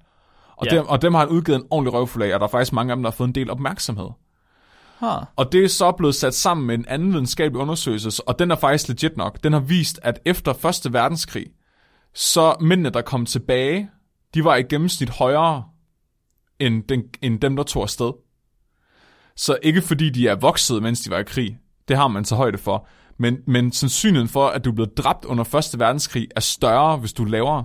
[SPEAKER 1] Og,
[SPEAKER 2] Ja.
[SPEAKER 1] ja. Dem, og dem har han udgivet en ordentlig røvfuld af, og der er faktisk mange af dem, der har fået en del opmærksomhed.
[SPEAKER 2] Huh.
[SPEAKER 1] Og det er så blevet sat sammen med en anden videnskabelig undersøgelse, og den er faktisk legit nok. Den har vist, at efter Første Verdenskrig, så mændene, der kom tilbage, de var i gennemsnit højere end, den, end dem, der tog afsted. Så ikke fordi de er vokset, mens de var i krig. Det har man så højde for. Men, men sandsynligheden for, at du er blevet dræbt under Første Verdenskrig, er større, hvis du er lavere.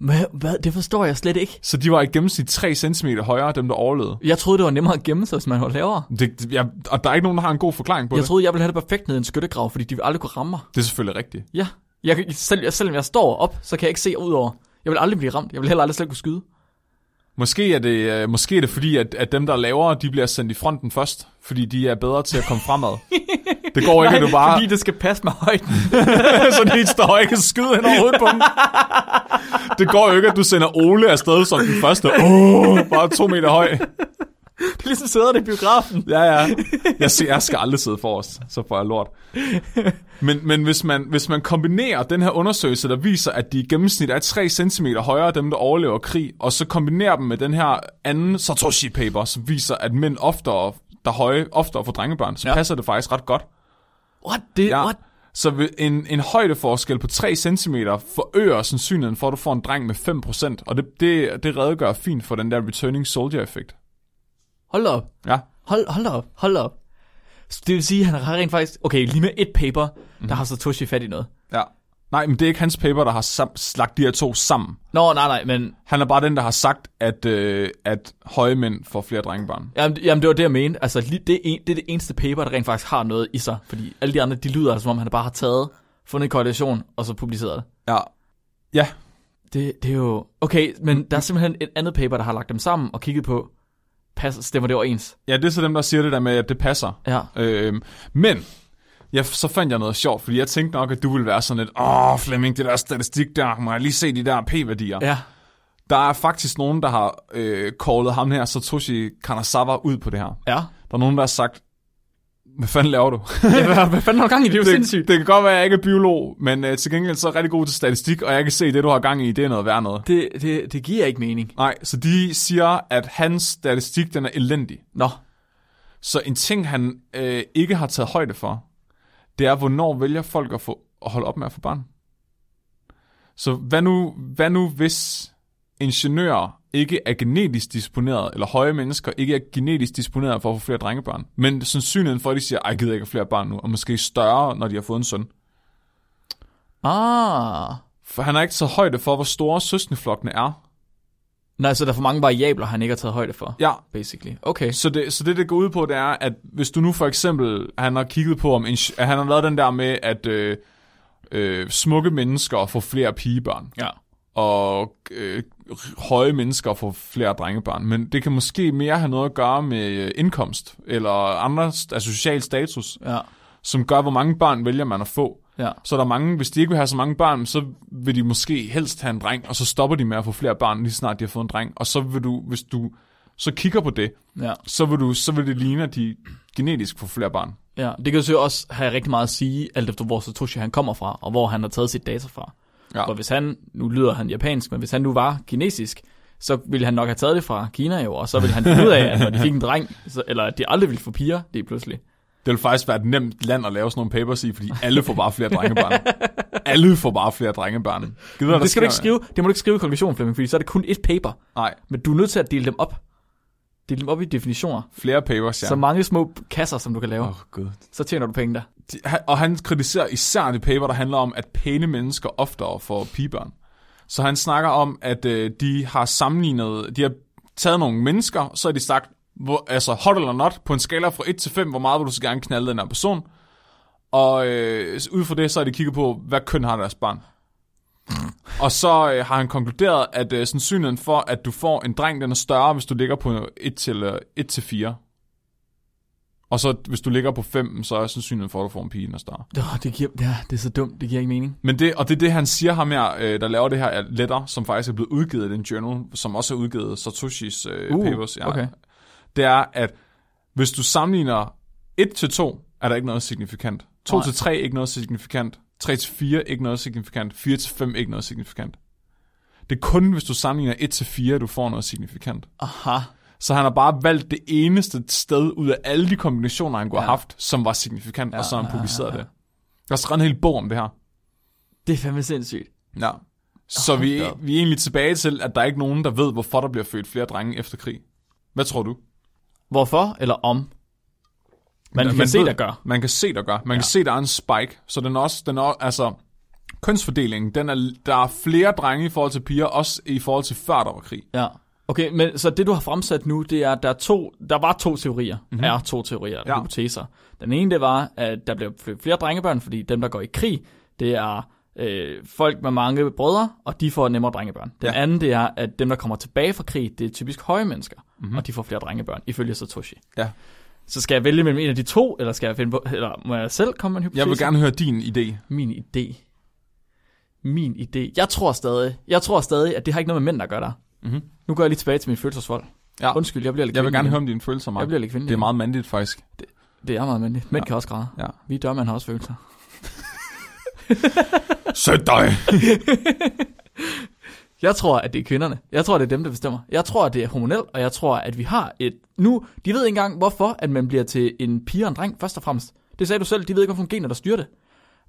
[SPEAKER 2] Hvad, hvad? Det forstår jeg slet ikke.
[SPEAKER 1] Så de var i gennemsnit 3 cm højere, dem der overlevede.
[SPEAKER 2] Jeg troede, det var nemmere at gemme sig, hvis man var lavere.
[SPEAKER 1] Det, det- jeg, og der er ikke nogen, der har en god forklaring på
[SPEAKER 2] Jeg
[SPEAKER 1] det.
[SPEAKER 2] troede, jeg ville have det perfekt ned i en skyttegrav, fordi de ville aldrig kunne ramme mig.
[SPEAKER 1] Det er selvfølgelig rigtigt.
[SPEAKER 2] Ja. Jeg, kan- selv, selvom jeg står op, så kan jeg ikke se ud over. Jeg vil aldrig blive ramt. Jeg vil heller aldrig selv kunne skyde.
[SPEAKER 1] Måske er det, øh, måske er det fordi, at, at dem, der er lavere, de bliver sendt i fronten først, fordi de er bedre til at komme fremad. Det går ikke, at du bare...
[SPEAKER 2] Fordi det skal passe med højden.
[SPEAKER 1] så de ikke står ikke og skyder hen over hovedet på dem. Det går jo ikke, at du sender Ole afsted som den første. Åh, bare to meter høj.
[SPEAKER 2] det er ligesom sæderne i biografen.
[SPEAKER 1] Ja, ja. Jeg, siger, jeg skal aldrig sidde forrest, så får jeg lort. Men, men hvis, man, hvis man kombinerer den her undersøgelse, der viser, at de i gennemsnit er 3 cm højere end dem, der overlever krig, og så kombinerer dem med den her anden Satoshi-paper, som viser, at mænd oftere, der er høje, oftere får drengebørn, så ja. passer det faktisk ret godt.
[SPEAKER 2] What? Det,
[SPEAKER 1] Ja.
[SPEAKER 2] what?
[SPEAKER 1] Så ved- en, en højdeforskel på 3 cm forøger sandsynligheden for, at du får en dreng med 5%, og det, det, det redegør fint for den der returning soldier-effekt.
[SPEAKER 2] Hold da op.
[SPEAKER 1] Ja.
[SPEAKER 2] Hold, hold da op. Hold da op. Så det vil sige, at han har rent faktisk... Okay, lige med et paper, der har Satoshi fat i noget.
[SPEAKER 1] Ja. Nej, men det er ikke hans paper, der har sam- slagt de her to sammen.
[SPEAKER 2] Nå, nej, nej, men...
[SPEAKER 1] Han er bare den, der har sagt, at, øh, at høje mænd får flere drengebørn.
[SPEAKER 2] Jamen, det- jamen, det var det, jeg mente. Altså, lige- det, er en, det er det eneste paper, der rent faktisk har noget i sig. Fordi alle de andre, de lyder, altså, som om han bare har taget, fundet en korrelation, og så publiceret det.
[SPEAKER 1] Ja. Ja,
[SPEAKER 2] Det, det er jo... Okay, men der er simpelthen et andet paper, der har lagt dem sammen og kigget på, passer, stemmer det overens?
[SPEAKER 1] ja det er så dem, der siger det der med, at det passer.
[SPEAKER 2] Ja.
[SPEAKER 1] Øhm, men, ja, så fandt jeg noget sjovt, fordi jeg tænkte nok, at du ville være sådan lidt, åh Flemming, det der statistik der, må jeg lige se de der p-værdier.
[SPEAKER 2] Ja.
[SPEAKER 1] Der er faktisk nogen, der har øh, callet ham her, Satoshi Kanazawa, ud på det her.
[SPEAKER 2] Ja.
[SPEAKER 1] Der er nogen, der har sagt, hvad fanden laver du?
[SPEAKER 2] Hvad, hvad fanden har du gang i? Det er jo
[SPEAKER 1] det, det kan godt være, at jeg ikke er biolog, men øh, til gengæld så er jeg rigtig god til statistik, og jeg kan se, at det, du har gang i, det er noget værd noget.
[SPEAKER 2] Det, det, det giver ikke mening.
[SPEAKER 1] Nej, så de siger, at hans statistik, den er elendig.
[SPEAKER 2] Nå.
[SPEAKER 1] Så en ting, han øh, ikke har taget højde for, det er, hvornår vælger folk at, få, at holde op med at få barn. Så hvad nu, hvad nu hvis ingeniører ikke er genetisk disponeret, eller høje mennesker ikke er genetisk disponeret for at få flere drengebørn, men sandsynligheden for, at de siger, ej, jeg gider ikke have flere børn nu, og måske større, når de har fået en søn.
[SPEAKER 2] Ah.
[SPEAKER 1] For han har ikke taget højde for, hvor store søskendeflokkene er.
[SPEAKER 2] Nej, så der er for mange variabler, han ikke har taget højde for.
[SPEAKER 1] Ja,
[SPEAKER 2] Basically. Okay.
[SPEAKER 1] Så det, så det, det går ud på, det er, at hvis du nu for eksempel, han har kigget på, om en, at han har lavet den der med, at øh, øh, smukke mennesker får flere pigebørn,
[SPEAKER 2] Ja.
[SPEAKER 1] og øh, høje mennesker får flere drengebørn, men det kan måske mere have noget at gøre med øh, indkomst, eller andre, altså social status,
[SPEAKER 2] Ja.
[SPEAKER 1] som gør, hvor mange børn vælger man at få.
[SPEAKER 2] Ja.
[SPEAKER 1] Så er der mange, hvis de ikke vil have så mange børn, så vil de måske helst have en dreng, og så stopper de med at få flere børn, lige snart de har fået en dreng. Og så vil du, hvis du så kigger på det,
[SPEAKER 2] Ja.
[SPEAKER 1] så vil, du, så vil det ligne, at de genetisk får flere børn.
[SPEAKER 2] ja. Det kan jo så også have rigtig meget at sige, alt efter hvor Satoshi han kommer fra, og hvor han har taget sit data fra.
[SPEAKER 1] Ja.
[SPEAKER 2] For hvis han, nu lyder han japansk, men hvis han nu var kinesisk, så ville han nok have taget det fra Kina jo, og så ville han finde ud af, at når de fik en dreng, så, eller at de aldrig ville få piger, det er pludselig.
[SPEAKER 1] Det vil faktisk være et nemt land at lave sådan nogle papers i, fordi alle får bare flere drengebørn. alle får bare flere drengebørn. Gider,
[SPEAKER 2] Det skal du ikke skrive, det må du ikke skrive i konklusionen, Flemming, fordi så er det kun et paper.
[SPEAKER 1] Nej,
[SPEAKER 2] Men du er nødt til at dele dem op. Dele dem op i definitioner.
[SPEAKER 1] flere papers, ja.
[SPEAKER 2] Så mange små kasser, som du kan lave.
[SPEAKER 1] Åh, oh, gud.
[SPEAKER 2] Så tjener du penge der.
[SPEAKER 1] De- han- Og han kritiserer især det paper, der handler om, at pæne mennesker oftere får pigebørn. Så han snakker om, at øh, de har sammenlignet, de har taget nogle mennesker, så har de sagt, hvor, altså hot eller not, på en skala fra 1 til 5, hvor meget vil du så gerne knalde den her person? Og øh, ud fra det, så har de kigget på, hvad køn har deres barn. Og så øh, har han konkluderet, at øh, sandsynligheden for, at du får en dreng, den er større, hvis du ligger på 1 til, øh, 1 til 4. Og så hvis du ligger på 5, så er sandsynligheden for, at du får en pige, den er større.
[SPEAKER 2] Oh, det, giver, ja, det er så dumt, det giver ikke mening.
[SPEAKER 1] Men det, og det er det, han siger ham her, øh, der laver det her letter, som faktisk er blevet udgivet i den journal, som også er udgivet Satoshis øh,
[SPEAKER 2] Uh,
[SPEAKER 1] papers. Ja.
[SPEAKER 2] okay.
[SPEAKER 1] Det er, at hvis du sammenligner 1 til 2, er der ikke noget signifikant. 2
[SPEAKER 2] Nej.
[SPEAKER 1] til 3, ikke noget signifikant. 3 til 4, ikke noget signifikant. 4 til 5, ikke noget signifikant. Det er kun, hvis du sammenligner 1 til 4, du får noget signifikant.
[SPEAKER 2] Aha.
[SPEAKER 1] Så han har bare valgt det eneste sted ud af alle de kombinationer, han kunne ja. have haft, som var signifikant, ja, og så har han publiceret ja, ja. det. Der er skrevet en hel bog om det her.
[SPEAKER 2] Det er fandme sindssygt.
[SPEAKER 1] Ja. Så
[SPEAKER 2] Hold
[SPEAKER 1] vi,
[SPEAKER 2] da op.
[SPEAKER 1] vi er egentlig tilbage til, at der er ikke nogen, der ved, hvorfor der bliver født flere drenge efter krig. Hvad tror du?
[SPEAKER 2] Hvorfor eller om? Man
[SPEAKER 1] Ja,
[SPEAKER 2] kan se,
[SPEAKER 1] ved-
[SPEAKER 2] der gør.
[SPEAKER 1] Man kan se, der gør. Man ja. kan se, der er en spike. Så den er også, den er, altså, kønsfordelingen, den er, der er flere drenge i forhold til piger, også i forhold til før der var krig.
[SPEAKER 2] Ja. Okay, men så det du har fremsat nu, det er, at der, er to, der var to teorier. Mm-hmm. Er to teorier, eller
[SPEAKER 1] Ja.
[SPEAKER 2] ja. hypoteser. Den ene, det var, at der blev født flere drengebørn, fordi dem, der går i krig, det er øh, folk med mange brødre, og de får nemmere drengebørn. Den
[SPEAKER 1] Ja.
[SPEAKER 2] ja. anden, det er, at dem, der kommer tilbage fra krig, det er typisk høje mennesker, mm-hmm. og de får flere drengebørn, ifølge Satoshi.
[SPEAKER 1] Mhm. Ja.
[SPEAKER 2] Så skal jeg vælge mellem en af de to, eller skal jeg finde på, eller må jeg selv komme med en hypotese?
[SPEAKER 1] Jeg vil gerne høre din idé.
[SPEAKER 2] Min idé. Min idé. Jeg tror stadig, jeg tror stadig at det har ikke noget med mænd at gøre der.
[SPEAKER 1] Mhm.
[SPEAKER 2] Nu går jeg lige tilbage til min følelsesvold.
[SPEAKER 1] Ja.
[SPEAKER 2] Undskyld, jeg bliver lidt
[SPEAKER 1] Jeg vil
[SPEAKER 2] kvindelig
[SPEAKER 1] gerne
[SPEAKER 2] igen.
[SPEAKER 1] høre om dine følelser, Mark.
[SPEAKER 2] Jeg bliver lidt kvindelig
[SPEAKER 1] Det er meget mandligt, faktisk.
[SPEAKER 2] Det er meget mandligt. Mænd ja. kan også græde.
[SPEAKER 1] Ja.
[SPEAKER 2] Vi dørmænd har også følelser.
[SPEAKER 1] Sød dig!
[SPEAKER 2] Jeg tror, at det er kvinderne. Jeg tror, det er dem, der bestemmer. Jeg tror, at det er hormonelt, og jeg tror, at vi har et... Nu, de ved ikke engang, hvorfor at man bliver til en pige og en dreng, først og fremmest. Det sagde du selv, de ved ikke, hvilke gener, der styrer det.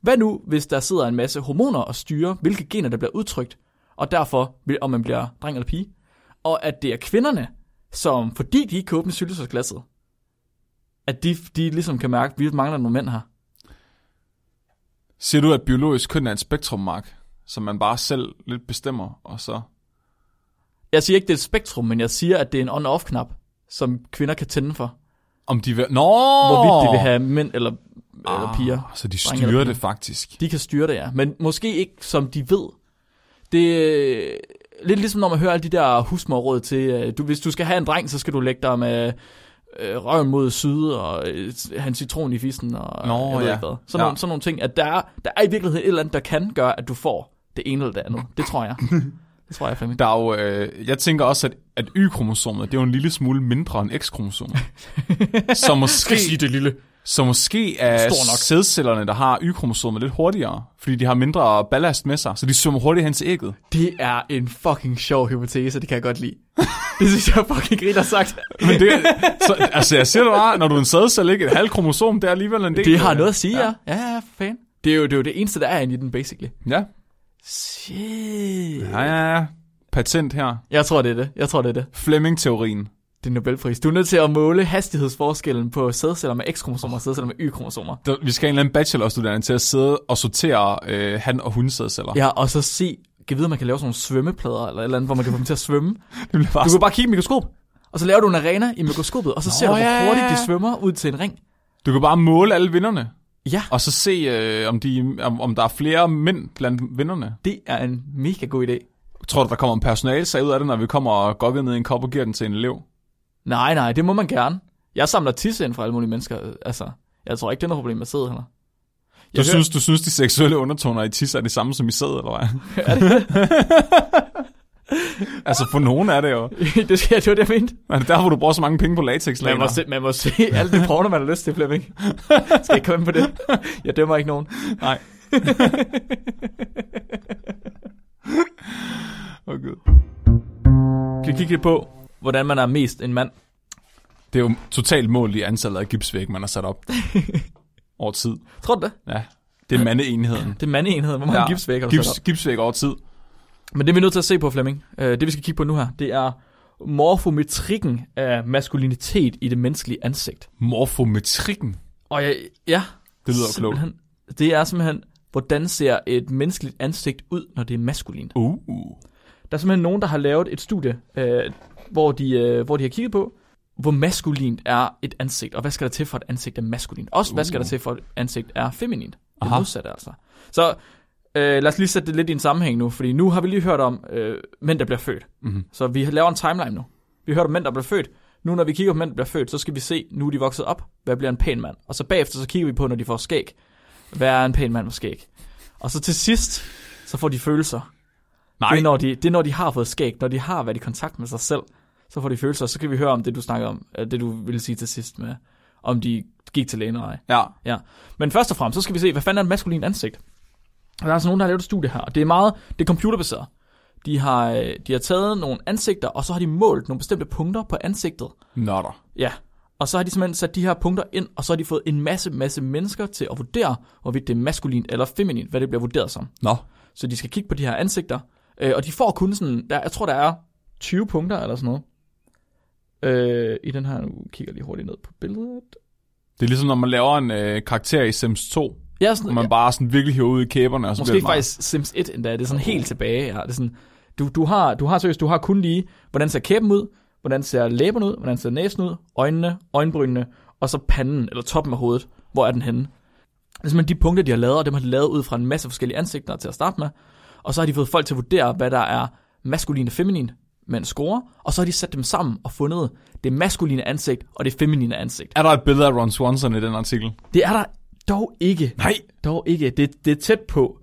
[SPEAKER 2] Hvad nu, hvis der sidder en masse hormoner og styrer, hvilke gener, der bliver udtrykt, og derfor, vil- om man bliver dreng eller pige? Og at det er kvinderne, som, fordi de ikke kan åbne syltesårsglasset, at de, de ligesom kan mærke, at vi mangler nogle mænd her.
[SPEAKER 1] Siger du, at biologisk køn er et spektrum, Mark? Som man bare selv lidt bestemmer, og så...
[SPEAKER 2] Jeg siger ikke, det er et spektrum, men jeg siger, at det er en on-off-knap, som kvinder kan tænde for.
[SPEAKER 1] Om de vil... Nå!
[SPEAKER 2] hvorvidt de vil have mænd eller, ah. eller piger.
[SPEAKER 1] Så de
[SPEAKER 2] Drenge eller
[SPEAKER 1] styrer
[SPEAKER 2] piger.
[SPEAKER 1] det faktisk.
[SPEAKER 2] De kan styre det, ja. Men måske ikke, som de ved. Det er lidt ligesom, når man hører alle de der husmorråd til, øh, du, hvis du skal have en dreng, så skal du lægge dig med øh, røven mod syd, og øh, han citron i fissen, og
[SPEAKER 1] Nå,
[SPEAKER 2] jeg ved
[SPEAKER 1] ja.
[SPEAKER 2] ikke hvad.
[SPEAKER 1] Ja.
[SPEAKER 2] Sådan, ja. nogle, sådan nogle ting, at der er, der er i virkeligheden et eller andet, der kan gøre, at du får det ene eller det andet. Det tror jeg. det tror jeg fandme.
[SPEAKER 1] Der er jo, øh, jeg tænker også, at, at Y-kromosomet, det er jo en lille smule mindre end X-kromosomet. så måske,
[SPEAKER 2] det lille.
[SPEAKER 1] så måske er
[SPEAKER 2] Stor nok.
[SPEAKER 1] sædcellerne, der har Y-kromosomet, lidt hurtigere, fordi de har mindre ballast med sig, så de svømmer hurtigt hen til ægget.
[SPEAKER 2] Det er en fucking sjov hypotese, det kan jeg godt lide. det synes jeg er fucking griner sagt.
[SPEAKER 1] Men det, så, altså jeg siger det bare, når du er en sædcelle, ikke et halvt kromosom, det er alligevel en del.
[SPEAKER 2] Det har noget at sige, ja. Ja, ja, for fanden. Det er, jo, det er jo det eneste, der er inde i den, basically.
[SPEAKER 1] Ja,
[SPEAKER 2] Shit.
[SPEAKER 1] ja, ja, ja. Patent her.
[SPEAKER 2] Jeg tror, det er det. Jeg tror, det er det.
[SPEAKER 1] Fleming-teorien.
[SPEAKER 2] Det er Nobelpris. Du er nødt til at måle hastighedsforskellen på sædceller med X-kromosomer og sædceller med Y-kromosomer.
[SPEAKER 1] Der, vi skal have en eller anden bachelorstuderende til at sidde og sortere øh, han- og hun sædceller.
[SPEAKER 2] Ja, og så se, kan vide, om man kan lave sådan nogle svømmeplader eller et eller andet, hvor man kan få dem til at svømme.
[SPEAKER 1] Det bliver bare
[SPEAKER 2] Du kan bare kigge i et mikroskop, og så laver du en arena i mikroskopet, og så Nå, ser du, hvor
[SPEAKER 1] ja, ja,
[SPEAKER 2] hurtigt
[SPEAKER 1] ja.
[SPEAKER 2] de svømmer ud til en ring.
[SPEAKER 1] Du kan bare måle alle vinderne.
[SPEAKER 2] Ja.
[SPEAKER 1] Og så se, øh, om, de, om, om der er flere mænd blandt vinderne.
[SPEAKER 2] Det er en mega god idé.
[SPEAKER 1] Tror du, der kommer en personalsag ud af det, når vi kommer og gokker ned i en kop og giver den til en elev?
[SPEAKER 2] Nej, nej, det må man gerne. Jeg samler tisse ind fra alle mulige mennesker. Altså, jeg tror ikke, det er noget problem med sædceller.
[SPEAKER 1] Du synes, du synes, de seksuelle undertoner i tis er det samme som i sæd, eller hvad? altså, for nogen er det jo.
[SPEAKER 2] det, skal, det var det, jeg mente.
[SPEAKER 1] Men det er der, hvor du bruger så mange penge på latex
[SPEAKER 2] Man må, se, man må se alt det porno, man har lyst til, Flemming. Skal ikke komme ind på det. Jeg dømmer ikke nogen.
[SPEAKER 1] Nej. oh, Gud.
[SPEAKER 2] skal kigge lidt på, hvordan man er mest en mand.
[SPEAKER 1] Det er jo totalt mål i antallet af gipsvæg, man har sat op over tid.
[SPEAKER 2] Tror du det?
[SPEAKER 1] Ja, det er mandeenheden.
[SPEAKER 2] Det er mandeenhed, hvor mange ja. gipsvæg har du sat
[SPEAKER 1] Gips,
[SPEAKER 2] op.
[SPEAKER 1] gipsvæg over tid.
[SPEAKER 2] Men det vi er nødt til at se på, Flemming, øh, det vi skal kigge på nu her, det er morfometrikken af maskulinitet i det menneskelige ansigt.
[SPEAKER 1] Morfometrikken.
[SPEAKER 2] Og jeg, ja,
[SPEAKER 1] Det lyder klogt.
[SPEAKER 2] simpelthen, det er simpelthen, hvordan ser et menneskeligt ansigt ud, når det er maskulint.
[SPEAKER 1] Uh.
[SPEAKER 2] Der er simpelthen nogen, der har lavet et studie, øh, hvor, de, øh, hvor de har kigget på, hvor maskulint er et ansigt, og hvad skal der til for et ansigt er maskulint. Også hvad skal der til for et ansigt er feminint. Det
[SPEAKER 1] Uh. Aha.
[SPEAKER 2] modsatte altså. Så øh, lad os lige sætte det lidt i en sammenhæng nu, fordi nu har vi lige hørt om øh, mænd, der bliver født.
[SPEAKER 1] Mhm.
[SPEAKER 2] Så vi laver en timeline nu. Vi har hørt om mænd, der bliver født. Nu når vi kigger på mænd, der bliver født, så skal vi se, nu er de vokset op, hvad bliver en pæn mand? Og så bagefter så kigger vi på, når de får skæg. Hvad er en pæn mand med skæg? Og så til sidst, så får de følelser.
[SPEAKER 1] Nej.
[SPEAKER 2] Det er, når de, det er, når de har fået skæg, når de har været i kontakt med sig selv, så får de følelser, og så kan vi høre om det, du snakker om, øh, det du ville sige til sidst med, om de gik til lægen eller ej.
[SPEAKER 1] Ja.
[SPEAKER 2] Ja. Men først og fremmest, så skal vi se, hvad fanden er et maskulin ansigt? Og der er altså nogen, der har lavet et studie her, og det er meget, det er computerbaseret. De har, øh, de har taget nogle ansigter, og så har de målt nogle bestemte punkter på ansigtet.
[SPEAKER 1] Nå da.
[SPEAKER 2] Ja, og så har de simpelthen sat de her punkter ind, og så har de fået en masse, masse mennesker til at vurdere, hvorvidt det er maskulint eller feminint, hvad det bliver vurderet som.
[SPEAKER 1] Nå.
[SPEAKER 2] Så de skal kigge på de her ansigter. Øh, og de får kun sådan, der, jeg tror der er 20 punkter eller sådan noget. Øh, I den her, nu kigger jeg lige hurtigt ned på billedet.
[SPEAKER 1] Det er ligesom, når man laver en øh, karakter i Sims 2,
[SPEAKER 2] Ja, sådan,
[SPEAKER 1] og man bare sådan virkelig hiver ud i kæberne. Og så
[SPEAKER 2] måske
[SPEAKER 1] bliver det
[SPEAKER 2] ikke
[SPEAKER 1] meget-
[SPEAKER 2] faktisk Sims 1 endda, det er sådan helt tilbage. Ja. Det er sådan, du, du, har, du har seriøst, du har kun lige, hvordan ser kæben ud, hvordan ser læberne ud, hvordan ser næsen ud, øjnene, øjenbrynene, og så panden, eller toppen af hovedet. Hvor er den henne? Det er simpelthen de punkter, de har lavet, og dem har de lavet ud fra en masse forskellige ansigter til at starte med. Og så har de fået folk til at vurdere, hvad der er maskulin og feminin med en score, og så har de sat dem sammen og fundet det maskuline ansigt og det feminine ansigt.
[SPEAKER 1] Er der et billede af Ron Swanson i den artikel?
[SPEAKER 2] Det er der dog ikke.
[SPEAKER 1] Nej.
[SPEAKER 2] Dog ikke. Det, det er tæt på.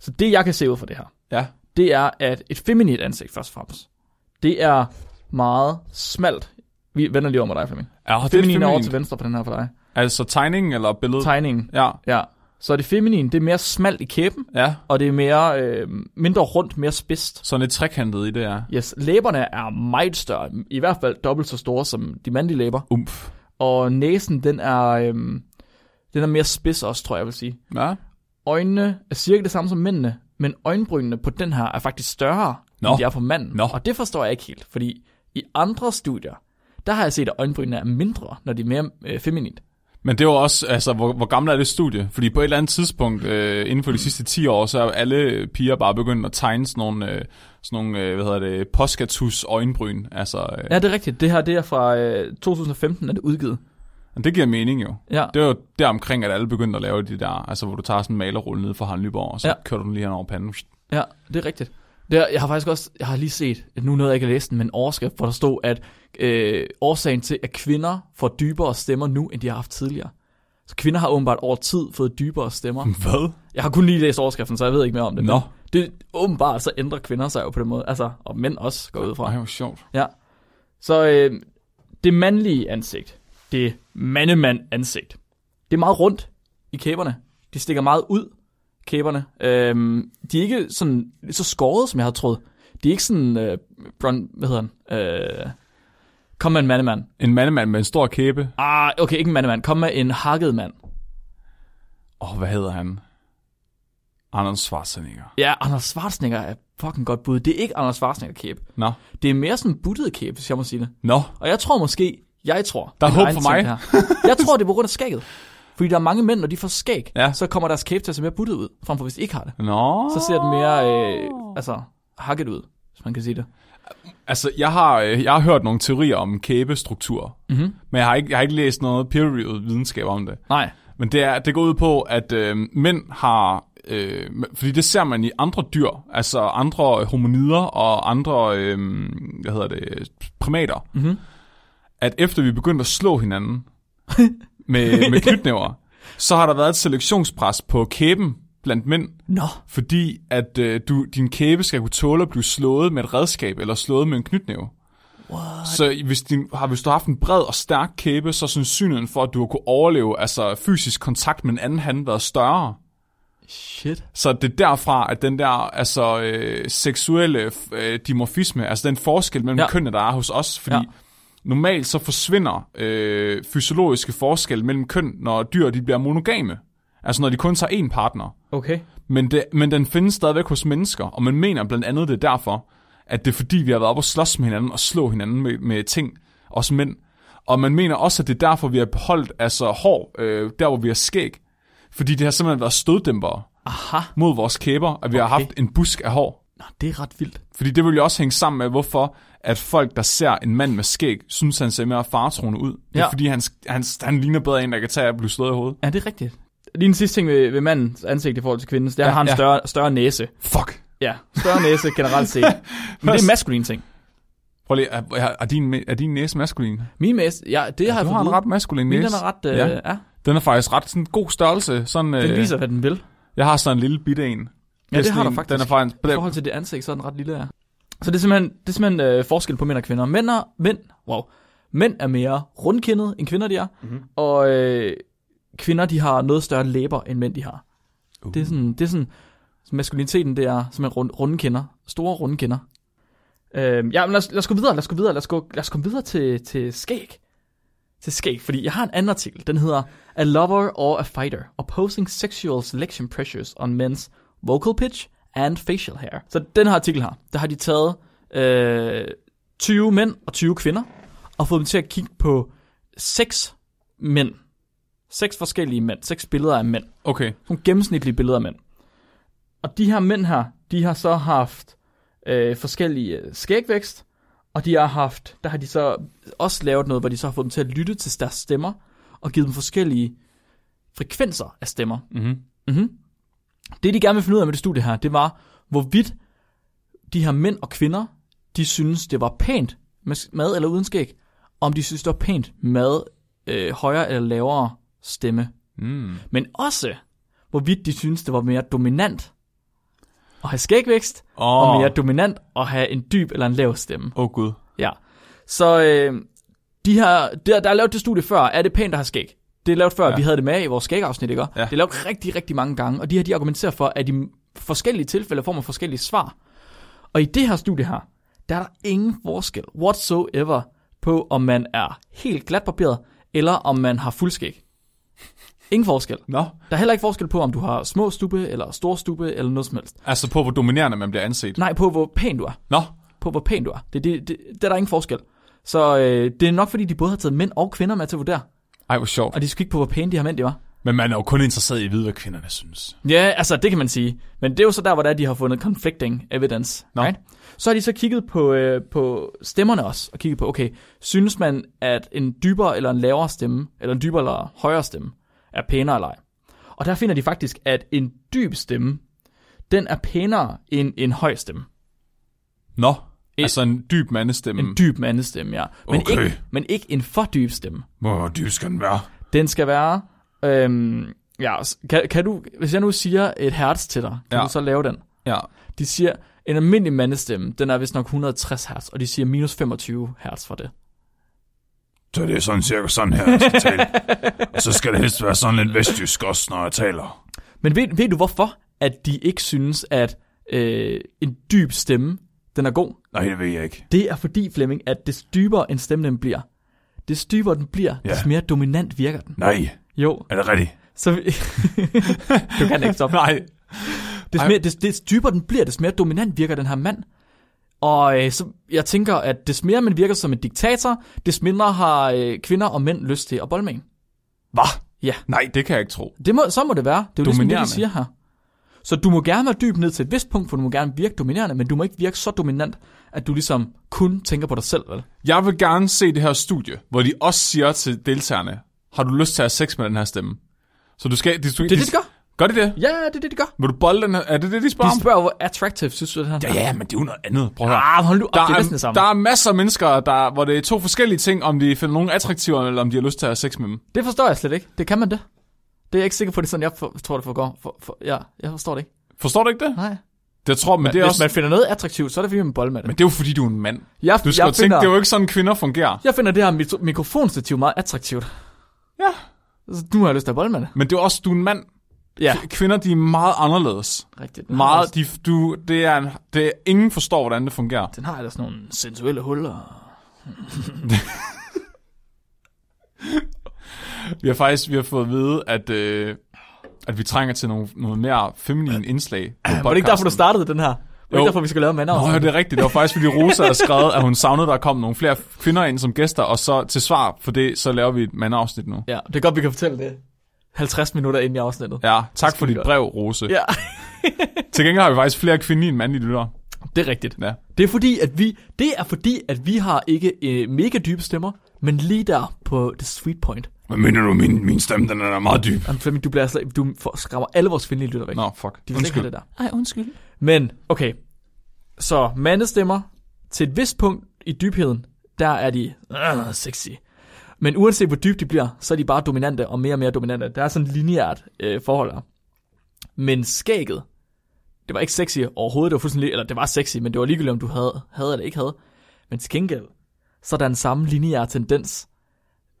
[SPEAKER 2] Så det, jeg kan se ud fra det her,
[SPEAKER 1] Ja.
[SPEAKER 2] det er, at et feminint ansigt først og fremmest, det er meget smalt. Vi vender lige over med dig, Flemming.
[SPEAKER 1] Ja, og det er
[SPEAKER 2] Feminin er over
[SPEAKER 1] feminin.
[SPEAKER 2] til venstre på den her for dig.
[SPEAKER 1] Altså tegningen eller billedet?
[SPEAKER 2] Tegningen.
[SPEAKER 1] ja.
[SPEAKER 2] Ja. Så det feminine, det er mere smalt i kæben,
[SPEAKER 1] Ja.
[SPEAKER 2] og det er mere, øh, mindre rundt, mere spidst.
[SPEAKER 1] Sådan lidt trekantet i det er.
[SPEAKER 2] Yes, læberne er meget større, i hvert fald dobbelt så store som de mandlige læber.
[SPEAKER 1] Umf.
[SPEAKER 2] Og næsen, den er, øh, den er mere spids også, tror jeg, jeg vil sige.
[SPEAKER 1] Ja.
[SPEAKER 2] øjnene er cirka det samme som mændene, men øjenbrynene på den her er faktisk større,
[SPEAKER 1] Nå.
[SPEAKER 2] end de er på manden.
[SPEAKER 1] Nå.
[SPEAKER 2] Og det forstår jeg ikke helt, fordi i andre studier, der har jeg set, at øjenbrynene er mindre, når de er mere øh, feminint.
[SPEAKER 1] Men det var også, altså, hvor, hvor gammel er det studie? Fordi på et eller andet tidspunkt, øh, inden for de sidste 10 år, så er alle piger bare begyndt at tegne sådan nogle, øh, sådan nogle øh, hvad hedder det, postkatus øjenbryn. Altså, øh,
[SPEAKER 2] Ja, det er rigtigt. Det her det er fra øh, 2015, at det er udgivet.
[SPEAKER 1] men det giver mening jo.
[SPEAKER 2] Ja.
[SPEAKER 1] Det er jo deromkring, at alle begyndte at lave de der, altså hvor du tager sådan en malerrulle ned fra Harald Nyborg, og så
[SPEAKER 2] Ja.
[SPEAKER 1] ja. kører du den lige hen over panden.
[SPEAKER 2] Ja, det er rigtigt. Der, jeg har faktisk også, jeg har lige set, at nu nåede jeg ikke at læse den, men en overskrift, hvor der stod, at øh, årsagen til, at kvinder får dybere stemmer nu, end de har haft tidligere. Så kvinder har åbenbart over tid fået dybere stemmer.
[SPEAKER 1] Hvad?
[SPEAKER 2] Jeg har kun lige læst overskriften, så jeg ved ikke mere om det. men
[SPEAKER 1] Nå.
[SPEAKER 2] Det, åbenbart så ændrer kvinder sig jo på den måde, altså, og mænd også går jeg ud fra.
[SPEAKER 1] Ej, hvor sjovt.
[SPEAKER 2] Ja. Så øh, det mandlige ansigt, det mandemand ansigt, det er meget rundt i kæberne. De stikker meget ud, kæberne. Øhm, de er ikke sådan så skåret, som jeg havde troet. De er ikke sådan, øh, Bron, hvad hedder han? Øh, kom med en mandemand.
[SPEAKER 1] En mandemand med en stor kæbe.
[SPEAKER 2] Ah, okay, ikke en mandemand. Kom med en hakket mand.
[SPEAKER 1] Åh, oh, hvad hedder han? Arnold Schwarzenegger.
[SPEAKER 2] Ja, Anders Schwarzenegger er fucking godt bud. Det er ikke Anders Schwarzenegger-kæbe.
[SPEAKER 1] Nå.
[SPEAKER 2] Det er mere sådan en buttet kæbe, hvis jeg må sige det.
[SPEAKER 1] Nå.
[SPEAKER 2] Og jeg tror måske, jeg tror...
[SPEAKER 1] Der er
[SPEAKER 2] det
[SPEAKER 1] håb
[SPEAKER 2] egen
[SPEAKER 1] for mig.
[SPEAKER 2] ting Her. Jeg tror, det er på grund af skægget. Fordi der er mange mænd, når de får skæg, ja.
[SPEAKER 1] Ja.
[SPEAKER 2] så kommer deres kæbe til at se mere buttet ud, frem for hvis de ikke har det.
[SPEAKER 1] Nå.
[SPEAKER 2] Så ser den mere, øh, altså, hakket ud, hvis man kan sige det.
[SPEAKER 1] Altså, jeg har, øh, jeg har hørt nogle teorier om kæbestruktur, mm-hmm. men jeg har, ikke, jeg har ikke læst noget peer-reviewed videnskab om det.
[SPEAKER 2] Nej.
[SPEAKER 1] Men det, er, det går ud på, at øh, mænd har... Øh, m- fordi det ser man i andre dyr, altså andre hominider og andre øh, hvad hedder det, primater, mm-hmm. at efter vi begyndte at slå hinanden med, med knytnæver, så har der været et selektionspres på kæben blandt mænd,
[SPEAKER 2] Nå.
[SPEAKER 1] fordi at øh, du, din kæbe skal kunne tåle at blive slået med et redskab eller slået med en knytnæve. What? Så hvis, din, har, hvis du har haft en bred og stærk kæbe, så er sandsynligheden for, at du har kunne overleve altså fysisk kontakt med en anden hand været større.
[SPEAKER 2] Shit.
[SPEAKER 1] Så det er derfra, at den der altså, øh, seksuelle f- øh, dimorfisme, altså den forskel mellem
[SPEAKER 2] Ja.
[SPEAKER 1] ja. kønnene, der er hos os, fordi
[SPEAKER 2] Ja.
[SPEAKER 1] ja. normalt så forsvinder øh, fysiologiske forskel mellem køn, når dyr de bliver monogame. Altså når de kun tager én partner.
[SPEAKER 2] Okay.
[SPEAKER 1] Men, det, men den findes stadigvæk hos mennesker, og man mener blandt andet, det er derfor, at det er fordi, vi har været oppe og slås med hinanden og slå hinanden med, med ting, os mænd. Og man mener også, at det er derfor, vi har beholdt altså, hår, øh, der hvor vi har skæg. Fordi det har simpelthen været støddæmpere
[SPEAKER 2] Aha.
[SPEAKER 1] mod vores kæber, at vi okay. har haft en busk af hår.
[SPEAKER 2] Nå, det er ret vildt.
[SPEAKER 1] Fordi det vil jo også hænge sammen med, hvorfor at folk, der ser en mand med skæg, synes, han ser mere faretroende ud. Det er
[SPEAKER 2] Ja.
[SPEAKER 1] ja. fordi, han, han, han ligner bedre en, der kan tage at blive slået i hovedet.
[SPEAKER 2] Ja, det er rigtigt. Lige en sidste ting ved, ved mandens ansigt i forhold til kvindens, det er, at
[SPEAKER 1] Ja,
[SPEAKER 2] han har en
[SPEAKER 1] ja.
[SPEAKER 2] større, større næse.
[SPEAKER 1] Fuck!
[SPEAKER 2] Ja, større næse generelt set. Men det er en maskulin ting.
[SPEAKER 1] Prøv lige, er, er, er, din, er din næse maskulin?
[SPEAKER 2] Min næse, ja, det ja, har jeg
[SPEAKER 1] Du
[SPEAKER 2] fået
[SPEAKER 1] har en
[SPEAKER 2] at vide.
[SPEAKER 1] ret maskulin
[SPEAKER 2] Min
[SPEAKER 1] næse.
[SPEAKER 2] den er ret, øh,
[SPEAKER 1] Ja.
[SPEAKER 2] ja. ja.
[SPEAKER 1] Den er faktisk ret sådan god størrelse. Sådan,
[SPEAKER 2] Den
[SPEAKER 1] øh,
[SPEAKER 2] viser, hvad den vil.
[SPEAKER 1] Jeg har sådan en lille bitte en.
[SPEAKER 2] Ja, det
[SPEAKER 1] Næsten
[SPEAKER 2] har du
[SPEAKER 1] en-
[SPEAKER 2] faktisk.
[SPEAKER 1] Den er faktisk...
[SPEAKER 2] I forhold til det ansigt, så er den ret lille, ja. Så det er simpelthen, det er simpelthen øh, forskel på mænd og kvinder. Mænd er, mænd, wow, mænd er mere rundkindede, end kvinder de er. Mm-hmm. Og øh, kvinder, de har noget større læber, end mænd de har. Uh. Det er sådan, det er sådan maskuliniteten, det er simpelthen rund, rundkinder. Store rundkinder. Øh, ja, men lad os, lad os gå videre, lad os gå videre, lad os, gå, lad os komme videre til, til skæg. Til skæg, fordi jeg har en anden artikel. Den hedder A Lover or a Fighter, Opposing Sexual Selection Pressures on Men's vocal pitch and facial hair. Så den her artikel her, der har de taget øh, 20 mænd og 20 kvinder, og fået dem til at kigge på seks mænd. Seks forskellige mænd. Seks billeder af mænd.
[SPEAKER 1] Okay.
[SPEAKER 2] Nogle gennemsnitlige billeder af mænd. Og de her mænd her, de har så haft øh, forskellige øh, skægvækst, og de har haft, der har de så også lavet noget, hvor de så har fået dem til at lytte til deres stemmer, og givet dem forskellige frekvenser af stemmer.
[SPEAKER 1] Mm-hmm.
[SPEAKER 2] Det, de gerne vil finde ud af med det studie her, det var, hvorvidt de her mænd og kvinder, de synes, det var pænt med s- mad eller uden skæg, og om de synes, det var pænt med øh, højere eller lavere stemme.
[SPEAKER 1] Mm.
[SPEAKER 2] Men også, hvorvidt de synes, det var mere dominant at have skægvækst,
[SPEAKER 1] Åh,
[SPEAKER 2] og
[SPEAKER 1] oh.
[SPEAKER 2] mere dominant at have en dyb eller en lav stemme.
[SPEAKER 1] oh, gud.
[SPEAKER 2] Ja. Så øh, de her, der, der er lavet det studie før, er det pænt at have skæg? Det er lavet før, ja.
[SPEAKER 1] Ja.
[SPEAKER 2] vi havde det med i vores skægafsnit, ikke?
[SPEAKER 1] Ja.
[SPEAKER 2] Det er lavet rigtig, rigtig mange gange, og de her, de argumenterer for, at i forskellige tilfælde får man forskellige svar. Og i det her studie her, der er der ingen forskel whatsoever på, om man er helt glatbarberet, eller om man har fuld skæg. Ingen forskel.
[SPEAKER 1] Nå.
[SPEAKER 2] Der er heller ikke forskel på, om du har små stube, eller store stube, eller noget som helst.
[SPEAKER 1] Altså på, hvor dominerende man bliver anset.
[SPEAKER 2] Nej, på hvor pæn du er
[SPEAKER 1] Nå.
[SPEAKER 2] på, hvor pæn du er. Det, det, det, der er der ingen forskel. Så øh, det er nok, fordi de både har taget mænd og kvinder med til at vurdere,
[SPEAKER 1] Ej, hvor sjovt.
[SPEAKER 2] og de skal kigge på, hvor pæne de her mænd de var.
[SPEAKER 1] Men man er jo kun interesseret i at vide, hvad kvinderne synes.
[SPEAKER 2] Ja, altså det kan man sige. Men det er jo så der, hvor det er, de har fundet conflicting evidence.
[SPEAKER 1] Nå.
[SPEAKER 2] Så har de så kigget på, øh, på stemmerne også, og kigget på, okay, synes man, at en dybere eller en lavere stemme, eller en dybere eller højere stemme, er pænere eller ej? Og der finder de faktisk, at en dyb stemme, den er pænere end en høj stemme.
[SPEAKER 1] Nå. Altså en dyb mandestemme.
[SPEAKER 2] En
[SPEAKER 1] En
[SPEAKER 2] dyb mandestemme, ja. Men,
[SPEAKER 1] Okay.
[SPEAKER 2] ikke, men ikke en for dyb stemme.
[SPEAKER 1] hvor dyb skal den være?
[SPEAKER 2] Den skal være... Øhm, ja, s- kan, kan du, hvis jeg nu siger et hertz til dig, kan ja.
[SPEAKER 1] Ja.
[SPEAKER 2] du så lave den?
[SPEAKER 1] Ja.
[SPEAKER 2] De siger, en almindelig mandestemme, den er vist nok 160 hertz, og de siger minus 25 hertz for det.
[SPEAKER 1] Så det er sådan cirka sådan her, jeg skal tale. Og så skal det helst være sådan lidt vestjysk også, når jeg taler.
[SPEAKER 2] Men ved, ved du hvorfor, at de ikke synes, at øh, en dyb stemme, den er god?
[SPEAKER 1] Nej, det ved jeg ikke.
[SPEAKER 2] Det er fordi, Flemming, at des dybere en stemme den bliver, des dybere den bliver,
[SPEAKER 1] Ja.
[SPEAKER 2] des mere dominant virker den.
[SPEAKER 1] Nej,
[SPEAKER 2] Jo,
[SPEAKER 1] er det rigtigt?
[SPEAKER 2] så... vi- du kan ikke stoppe.
[SPEAKER 1] Nej.
[SPEAKER 2] Des,
[SPEAKER 1] Ej.
[SPEAKER 2] mere, des, des dybere den bliver, des mere dominant virker den her mand. Og øh, så jeg tænker, at des mere man virker som en diktator, des mindre har øh, kvinder og mænd lyst til at bolle med en.
[SPEAKER 1] Hvad?
[SPEAKER 2] Ja.
[SPEAKER 1] Nej, det kan jeg ikke tro.
[SPEAKER 2] Det må, så må det være. Det er jo ligesom det, de
[SPEAKER 1] Dominerende.
[SPEAKER 2] siger her. Så du må gerne være dyb ned til et vist punkt, for du må gerne virke dominerende, men du må ikke virke så dominant, at du ligesom kun tænker på dig selv. Vel?
[SPEAKER 1] Jeg vil gerne se det her studie, hvor de også siger til deltagerne, har du lyst til at have sex med den her stemme? Så du skal... De,
[SPEAKER 2] Det er det, de gør.
[SPEAKER 1] Gør de det?
[SPEAKER 2] Ja, det er det, de gør.
[SPEAKER 1] Vil du bolde den her? Er det det, de spørger
[SPEAKER 2] De
[SPEAKER 1] om?
[SPEAKER 2] spørger, hvor attractive synes du, det her
[SPEAKER 1] Ja, ja, men det er jo noget andet. Prøv at høre.
[SPEAKER 2] Ah, hold nu op, det er næsten det
[SPEAKER 1] Der er,
[SPEAKER 2] samme.
[SPEAKER 1] der er masser af mennesker, der, hvor det er to forskellige ting, om de finder nogen attraktive, eller om de har lyst til at have sex med dem.
[SPEAKER 2] Det forstår jeg slet ikke. Det kan man det. Det er jeg ikke sikker på, det er sådan, jeg for, tror, det foregår. For, for, ja, jeg forstår det ikke.
[SPEAKER 1] Forstår du ikke det?
[SPEAKER 2] Nej.
[SPEAKER 1] Det tror jeg, men det
[SPEAKER 2] Hvis
[SPEAKER 1] er
[SPEAKER 2] også...
[SPEAKER 1] også...
[SPEAKER 2] man finder noget attraktivt, så er det fordi, man boller med det.
[SPEAKER 1] Men det er jo fordi, du er en mand.
[SPEAKER 2] jeg,
[SPEAKER 1] Du skal
[SPEAKER 2] jeg,
[SPEAKER 1] jo tænke, det er jo ikke sådan, kvinder fungerer.
[SPEAKER 2] jeg finder det her mit- mikrofonstativ meget attraktivt.
[SPEAKER 1] Ja.
[SPEAKER 2] Så nu har jeg lyst til at bolle med det.
[SPEAKER 1] Men det er jo også, du er en mand.
[SPEAKER 2] Ja,
[SPEAKER 1] Kvinder, de er meget anderledes.
[SPEAKER 2] rigtigt. Den har
[SPEAKER 1] Meget,
[SPEAKER 2] også-
[SPEAKER 1] de, du, det er en, det, ingen forstår, hvordan det fungerer.
[SPEAKER 2] Den har ellers nogle sensuelle huller.
[SPEAKER 1] Vi har faktisk vi har fået at vide, at, øh, at vi trænger til nogle, noget mere feminine indslag på
[SPEAKER 2] Var det ikke derfor, du startede den her? Var det
[SPEAKER 1] Jo.
[SPEAKER 2] ikke derfor, vi skulle lave mand
[SPEAKER 1] Nå, ja, det er rigtigt. Det var faktisk, fordi Rosa havde skrevet, at hun savnede, at der kom nogle flere kvinder ind som gæster, og så til svar for det, så laver vi et mandafsnit nu.
[SPEAKER 2] Ja, det er godt, vi kan fortælle det. 50 minutter ind i afsnittet.
[SPEAKER 1] Ja, tak for
[SPEAKER 2] vi
[SPEAKER 1] dit
[SPEAKER 2] gøre.
[SPEAKER 1] brev, Rose. Ja.
[SPEAKER 2] ja.
[SPEAKER 1] Til gengæld har vi faktisk flere kvindelige end mandlige lyttere.
[SPEAKER 2] det er rigtigt.
[SPEAKER 1] Ja.
[SPEAKER 2] Det er fordi, at vi, det er fordi, at vi har ikke øh, mega dybe stemmer, men lige der på the sweet point.
[SPEAKER 1] Hvad mener du, min, min stemme, den er meget dyb?
[SPEAKER 2] Jamen, Flemming, du, bliver slet, du får- skræmmer alle vores kvindelige lytter væk.
[SPEAKER 1] Nå, fuck.
[SPEAKER 2] De vil slet ikke
[SPEAKER 1] Undskyld.
[SPEAKER 2] have det der. Nej, undskyld. Men, okay. Så mandestemmer, til et vist punkt i dybheden, der er de øh, sexy. Men uanset hvor dybt de bliver, så er de bare dominante og mere og mere dominante. Der er sådan et lineært øh, forhold her. Men skægget, det var ikke sexy overhovedet. Det var fuldstændig, li- eller det var sexy, men det var ligegyldigt, om du havde, havde eller ikke havde. Men til gengæld, så er der en samme lineær tendens,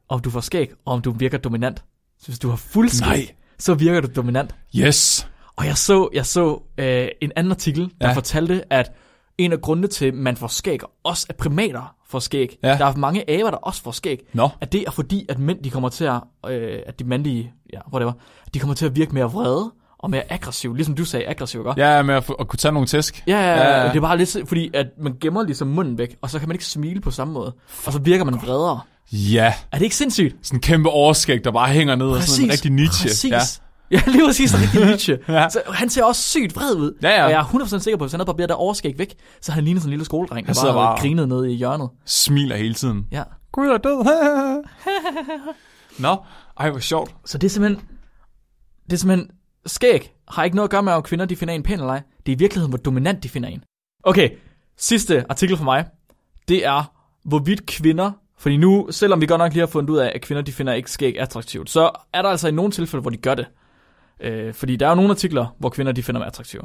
[SPEAKER 2] om du får skæg, og om du virker dominant. Så hvis du har fuld skæg,
[SPEAKER 1] Nej.
[SPEAKER 2] så virker du dominant.
[SPEAKER 1] Yes.
[SPEAKER 2] Og jeg så, jeg så øh, en anden artikel, der
[SPEAKER 1] Ja.
[SPEAKER 2] ja. fortalte, at en af grundene til, at man får skæg, og også at primater får skæg,
[SPEAKER 1] Ja.
[SPEAKER 2] ja. der er mange aber, der også får skæg,
[SPEAKER 1] Nå.
[SPEAKER 2] at det er fordi, at mænd, de kommer til at, øh, at de mandlige, ja, whatever, de kommer til at virke mere vrede og mere aggressive, ligesom du sagde, aggressiv, ikke?
[SPEAKER 1] Ja, med at, få, at kunne tage nogle tæsk.
[SPEAKER 2] Ja, ja,
[SPEAKER 1] Ja,
[SPEAKER 2] ja,
[SPEAKER 1] ja.
[SPEAKER 2] det er bare lidt, så- fordi at man gemmer ligesom munden væk, og så kan man ikke smile på samme måde, og så virker man vredere.
[SPEAKER 1] Ja.
[SPEAKER 2] Er det ikke sindssygt?
[SPEAKER 1] Sådan en kæmpe overskæg, der bare hænger ned og sådan en rigtig Nietzsche.
[SPEAKER 2] Præcis.
[SPEAKER 1] Ja.
[SPEAKER 2] Ja. ja, lige præcis, sådan en rigtig Nietzsche.
[SPEAKER 1] Ja.
[SPEAKER 2] ja. så, han ser også sygt vred ud.
[SPEAKER 1] Ja, ja.
[SPEAKER 2] Og jeg er 100% sikker på, at hvis han havde barberet der overskæg væk, så havde han lignet sådan en lille skoledreng, der
[SPEAKER 1] Han sidder
[SPEAKER 2] bare,
[SPEAKER 1] bare-
[SPEAKER 2] bare grinede nede i hjørnet.
[SPEAKER 1] Smiler hele tiden.
[SPEAKER 2] Ja.
[SPEAKER 1] Gud er død. Nå, ej, hvor sjovt.
[SPEAKER 2] Så det er simpelthen... Det er simpelthen... Skæg har ikke noget at gøre med, om kvinder de finder en pæn eller ej. Det er i virkeligheden, hvor dominant de finder en. Okay, sidste artikel for mig. Det er, hvorvidt kvinder... Fordi nu, selvom vi godt nok lige har fundet ud af, at kvinder de finder ikke skæg attraktivt, så er der altså i nogle tilfælde, hvor de gør det. Øh, fordi der er jo nogle artikler, hvor kvinder de finder dem attraktive.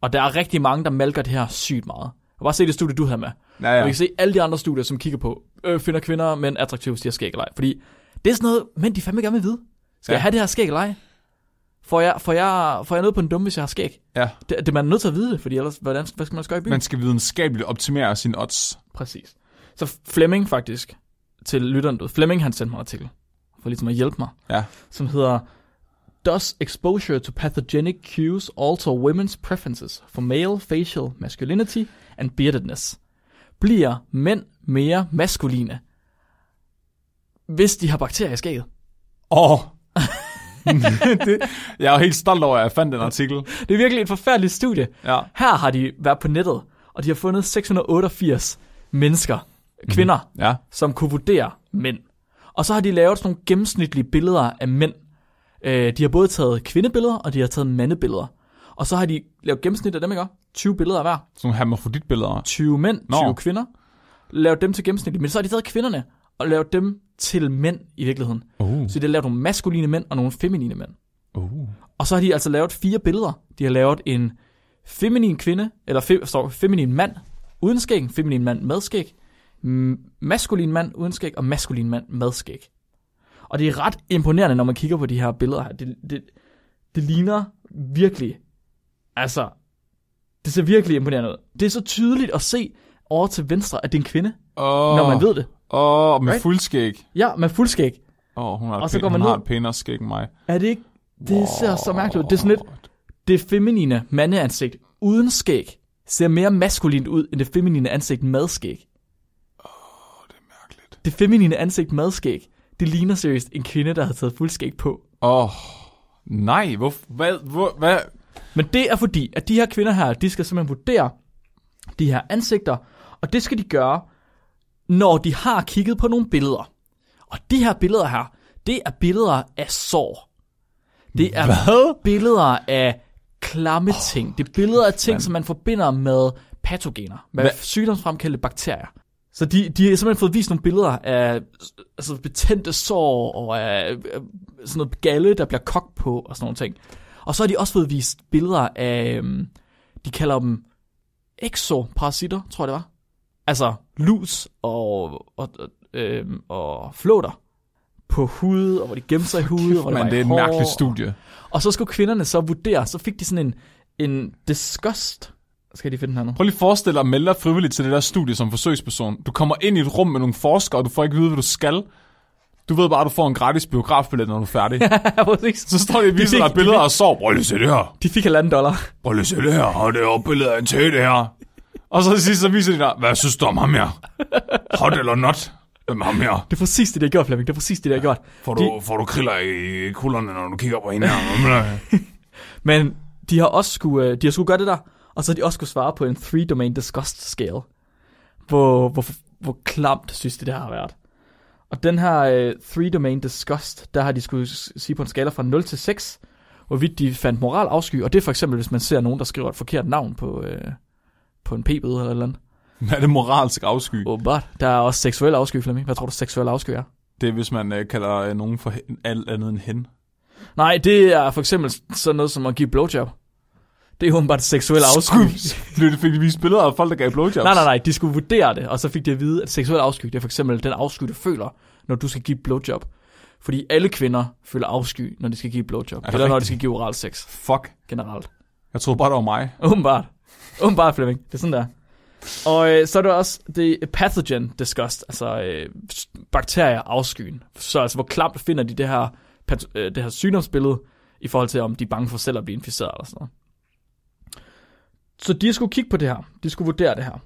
[SPEAKER 2] Og der er rigtig mange, der malker det her sygt meget. Jeg bare se det studie, du havde med.
[SPEAKER 1] Ja, ja.
[SPEAKER 2] Og vi kan se alle de andre studier, som kigger på, øh, finder kvinder mænd attraktive, hvis de har skæg eller ej. Fordi det er sådan noget, mænd de fandme gerne vil vide. Skal
[SPEAKER 1] Ja.
[SPEAKER 2] ja. jeg have det her skæg eller ej? Får jeg, får jeg, får jeg noget på den dumme, hvis jeg har skæg?
[SPEAKER 1] Ja.
[SPEAKER 2] Det, det, man er nødt til at vide det, fordi ellers, hvordan, hvad skal man gøre i byen?
[SPEAKER 1] Man
[SPEAKER 2] Men...
[SPEAKER 1] skal videnskabeligt optimere sine odds.
[SPEAKER 2] Præcis. Så Flemming faktisk, til lytteren derude. Flemming han sendte mig en artikel, for ligesom at hjælpe mig,
[SPEAKER 1] Ja.
[SPEAKER 2] som hedder Does exposure to pathogenic cues alter women's preferences for male facial masculinity and beardedness? Bliver mænd mere maskuline, hvis de har bakterier i skægget?
[SPEAKER 1] Åh. Oh. det, jeg er jo helt stolt over, at jeg fandt den artikel.
[SPEAKER 2] Det er virkelig et forfærdeligt studie.
[SPEAKER 1] Ja.
[SPEAKER 2] Her har de været på nettet, og de har fundet 688 mennesker, kvinder, mm.
[SPEAKER 1] Ja.
[SPEAKER 2] som kunne vurdere mænd. Og så har de lavet sådan nogle gennemsnitlige billeder af mænd. Øh, de har både taget kvindebilleder, og de har taget mandebilleder. Og så har de lavet gennemsnit af dem, ikke også? 20 billeder hver.
[SPEAKER 1] Sådan nogle hermafroditbilleder.
[SPEAKER 2] 20 mænd, 20
[SPEAKER 1] Nå.
[SPEAKER 2] kvinder. Lavet dem til gennemsnitligt. Men så har de taget kvinderne og lavet dem til mænd i virkeligheden.
[SPEAKER 1] Oh.
[SPEAKER 2] Så de har lavet nogle maskuline mænd og nogle feminine mænd.
[SPEAKER 1] Oh.
[SPEAKER 2] Og så har de altså lavet fire billeder. De har lavet en feminin kvinde, eller fe, sorry, feminin mand uden skæg, en feminin mand med skæg, m- maskulin mand uden skæg og maskulin mand med skæg. Og det er ret imponerende, når man kigger på de her billeder her. Det, det, det ligner virkelig, altså, det ser virkelig imponerende ud. Det er så tydeligt at se over til venstre, at det er en kvinde,
[SPEAKER 1] Oh.
[SPEAKER 2] oh. når man ved det.
[SPEAKER 1] Åh, oh, med right?
[SPEAKER 2] Right?
[SPEAKER 1] fuldskæg.
[SPEAKER 2] Ja, med fuld skæg.
[SPEAKER 1] Åh, oh, hun har,
[SPEAKER 2] Og
[SPEAKER 1] et,
[SPEAKER 2] så
[SPEAKER 1] pæ-
[SPEAKER 2] går man
[SPEAKER 1] hun har
[SPEAKER 2] ned.
[SPEAKER 1] et pænere skæg end mig.
[SPEAKER 2] Er det ikke? Det ser så mærkeligt ud. Det er sådan lidt, det feminine mandeansigt uden skæg ser mere maskulint ud, end det feminine ansigt med skæg.
[SPEAKER 1] Mærkeligt.
[SPEAKER 2] Det feminine ansigt med skæg, det ligner seriøst en kvinde, der har taget fuld skæg på.
[SPEAKER 1] Åh, oh. nej. Hvor, hvad, hvor, hvad?
[SPEAKER 2] Men det er fordi, at de her kvinder her, de skal simpelthen vurdere de her ansigter, og det skal de gøre, når de har kigget på nogle billeder. Og de her billeder her, det er billeder af sår. Det er Hvad? billeder af klamme ting. Det er billeder af ting, som man forbinder med patogener, med
[SPEAKER 1] Hvad?
[SPEAKER 2] Hva? sygdomsfremkaldte bakterier. Så de, de har simpelthen fået vist nogle billeder af altså, betændte sår og af, af sådan noget galle, der bliver kogt på og sådan nogle ting. Og så har de også fået vist billeder af, øhm, de kalder dem exoparasitter, tror jeg det var. Altså lus og, og, og, øhm, og flåter. på hud, og hvor de gemte sig i hud, og hvor det,
[SPEAKER 1] Men
[SPEAKER 2] var i
[SPEAKER 1] det er et
[SPEAKER 2] hår,
[SPEAKER 1] mærkeligt studie.
[SPEAKER 2] Og så skulle kvinderne så vurdere, så fik de sådan en, en disgust. Skal jeg lige finde den her nu?
[SPEAKER 1] Prøv lige at forestille dig at melde dig frivilligt til det der studie som forsøgsperson. Du kommer ind i et rum med nogle forskere, og du får ikke at vide, hvad du skal. Du ved bare, at du får en gratis biografbillet, når du er færdig.
[SPEAKER 2] Præcis.
[SPEAKER 1] Så står de og viser
[SPEAKER 2] fik-
[SPEAKER 1] dig billeder og sover. Prøv lige at se det her.
[SPEAKER 2] de fik halvanden dollar.
[SPEAKER 1] Prøv lige at se det her. Og det er jo et billede af en tæt, det her. Og så til sidst, så viser de dig, hvad synes du om ham her? Hot eller not? Hvem er ham her?
[SPEAKER 2] Det er præcis det, de har gjort, Flemming. Det er præcis det, de har gjort.
[SPEAKER 1] Får du, får du kriller i kulderne, når du kigger på hende her?
[SPEAKER 2] Men de har også skulle, øh, de har skulle gøre det der, og så har de også skulle svare på en three-domain disgust scale. Hvor, hvor, hvor klamt synes de, det har været. Og den her øh, three-domain disgust, der har de skulle s- sige på en skala fra 0 til 6, hvorvidt de fandt moral afsky, og det er for eksempel, hvis man ser nogen, der skriver et forkert navn på, øh, på en p-bøde eller et eller andet.
[SPEAKER 1] Hvad er det moralsk afsky?
[SPEAKER 2] Åbenbart. Der er også seksuel afsky, Flemming. Hvad tror du, seksuel afsky er?
[SPEAKER 1] Det er, hvis man øh, kalder øh, nogen for hen, alt andet end hen.
[SPEAKER 2] Nej, det er for eksempel sådan noget som at give blowjob. Det er åbenbart seksuel afsky.
[SPEAKER 1] Skups! Blev det fik de vist billeder af folk, der gav blowjobs?
[SPEAKER 2] Nej, nej, nej, de skulle vurdere det, og så fik de at vide, at seksuel afsky, det er for eksempel den afsky, du føler, når du skal give blowjob. Fordi alle kvinder føler afsky, når de skal give blowjob. Eller
[SPEAKER 1] det
[SPEAKER 2] når de
[SPEAKER 1] rigtigt?
[SPEAKER 2] skal give oral sex,
[SPEAKER 1] Fuck.
[SPEAKER 2] generelt.
[SPEAKER 1] Jeg troede bare, det var mig.
[SPEAKER 2] Åbenbart. Åbenbart, Flemming. Det er sådan der. Og øh, så er der også det pathogen disgust, altså øh, s- bakterier afskyen. Så altså, hvor klamt finder de det her, pat- øh, det her sygdomsbillede, i forhold til, om de er bange for selv at blive inficeret eller sådan noget. Så de skulle kigge på det her. De skulle vurdere det her.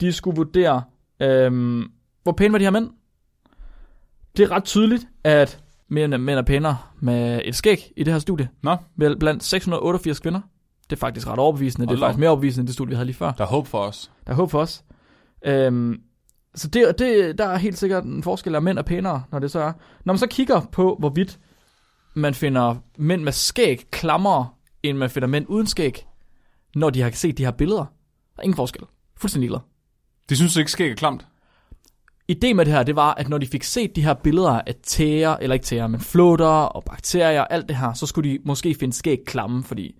[SPEAKER 2] De skulle vurdere, øh, hvor pæne var de her mænd? Det er ret tydeligt, at mænd er, mænd er pænere med et skæg i det her studie.
[SPEAKER 1] Nå.
[SPEAKER 2] Vel, Blandt 688 kvinder. Det er faktisk ret overbevisende. Det er
[SPEAKER 1] Hold da op.
[SPEAKER 2] faktisk mere overbevisende end det studie, vi havde lige før.
[SPEAKER 1] Der er håb for os.
[SPEAKER 2] Der er håb for os. Øhm, så det, det, der er helt sikkert en forskel, at mænd er pænere, når det så er. Når man så kigger på, hvorvidt man finder mænd med skæg klammere, end man finder mænd uden skæg, når de har set de her billeder. Der er ingen forskel. Fuldstændig ligeglad.
[SPEAKER 1] De synes ikke, skæg er klamt.
[SPEAKER 2] Idé med det her, det var, at når de fik set de her billeder af tæer, eller ikke tæer, men flåter og bakterier og alt det her, så skulle de måske finde skæg klamme, fordi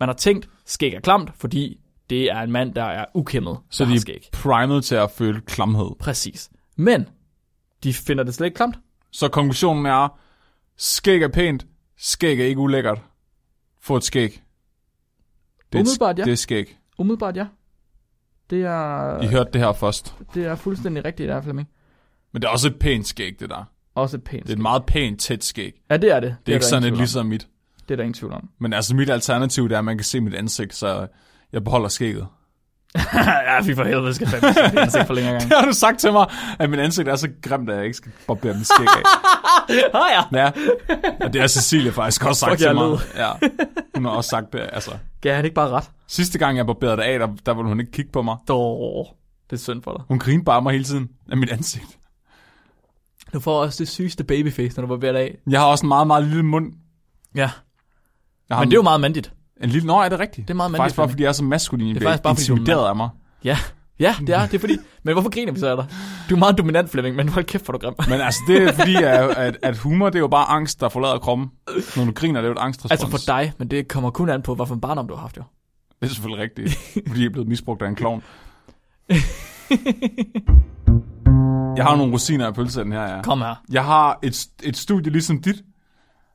[SPEAKER 2] man har tænkt, skæg er klamt, fordi det er en mand, der er ukæmmet.
[SPEAKER 1] Så
[SPEAKER 2] der
[SPEAKER 1] de
[SPEAKER 2] har
[SPEAKER 1] er
[SPEAKER 2] skæg.
[SPEAKER 1] primet til at føle klamhed.
[SPEAKER 2] Præcis. Men de finder det slet ikke klamt.
[SPEAKER 1] Så konklusionen er, skæg er pænt, skæg er ikke ulækkert. Få et skæg. Det er,
[SPEAKER 2] Umiddelbart, ja.
[SPEAKER 1] Det er skæg.
[SPEAKER 2] Umiddelbart ja. Det er,
[SPEAKER 1] I hørte det her først.
[SPEAKER 2] det er fuldstændig rigtigt i hvert fald, ikke?
[SPEAKER 1] Men det er også et pænt skæg, det der.
[SPEAKER 2] Også et pænt.
[SPEAKER 1] Det er
[SPEAKER 2] Det,
[SPEAKER 1] et meget pænt, tæt skæg. Det
[SPEAKER 2] ja, det er det.
[SPEAKER 1] er, det er ikke
[SPEAKER 2] der
[SPEAKER 1] sådan
[SPEAKER 2] ingen
[SPEAKER 1] et
[SPEAKER 2] tvivl om.
[SPEAKER 1] ligesom mit.
[SPEAKER 2] Det er der ingen tvivl om.
[SPEAKER 1] Men altså, mit alternativ det er, at man kan se mit ansigt, så jeg beholder skægget.
[SPEAKER 2] ja, fy for helvede, skal fandme se det ansigt for længere gang.
[SPEAKER 1] Det har du sagt til mig, at mit ansigt er så grimt, at jeg ikke skal barbere mit skæg af.
[SPEAKER 2] Har jeg?
[SPEAKER 1] Ja, og det har Cecilie faktisk også sagt
[SPEAKER 2] Fuck,
[SPEAKER 1] til
[SPEAKER 2] jeg
[SPEAKER 1] mig.
[SPEAKER 2] lød.
[SPEAKER 1] Ja. Hun har også sagt det, altså.
[SPEAKER 2] Gav han ikke bare ret?
[SPEAKER 1] Sidste gang, jeg barberede det af, der, der ville hun ikke kigge på mig.
[SPEAKER 2] Dår. Det er synd for dig.
[SPEAKER 1] Hun grinede bare af mig hele tiden af mit ansigt.
[SPEAKER 2] Du får også det sygeste babyface, når du var hver dag.
[SPEAKER 1] Jeg har også en meget, meget lille mund.
[SPEAKER 2] Ja.
[SPEAKER 1] Jeg har
[SPEAKER 2] Men det er jo meget mandigt.
[SPEAKER 1] en lille... Nå, er det rigtigt?
[SPEAKER 2] Det er meget
[SPEAKER 1] faktisk
[SPEAKER 2] mandligt,
[SPEAKER 1] bare,
[SPEAKER 2] Flemming.
[SPEAKER 1] fordi jeg er så maskulin. Det er faktisk bare,
[SPEAKER 2] fordi du er
[SPEAKER 1] intimideret af mig.
[SPEAKER 2] Ja. Ja, det er. Det er fordi... Men hvorfor griner vi så af dig? Du er meget dominant, Flemming, men hold kæft, hvor er du grim.
[SPEAKER 1] Men altså, det er fordi, at, at- at humor, det er jo bare angst, der forlader kroppen. Når du griner, det er jo et angstrespons.
[SPEAKER 2] Altså for dig, men det kommer kun an på, hvad for en barndom du har haft, jo.
[SPEAKER 1] Det er selvfølgelig rigtigt, fordi jeg er blevet misbrugt af en klovn. Jeg har nogle rosiner i pølsen her, ja.
[SPEAKER 2] Kom her.
[SPEAKER 1] Jeg har et, et studie ligesom dit,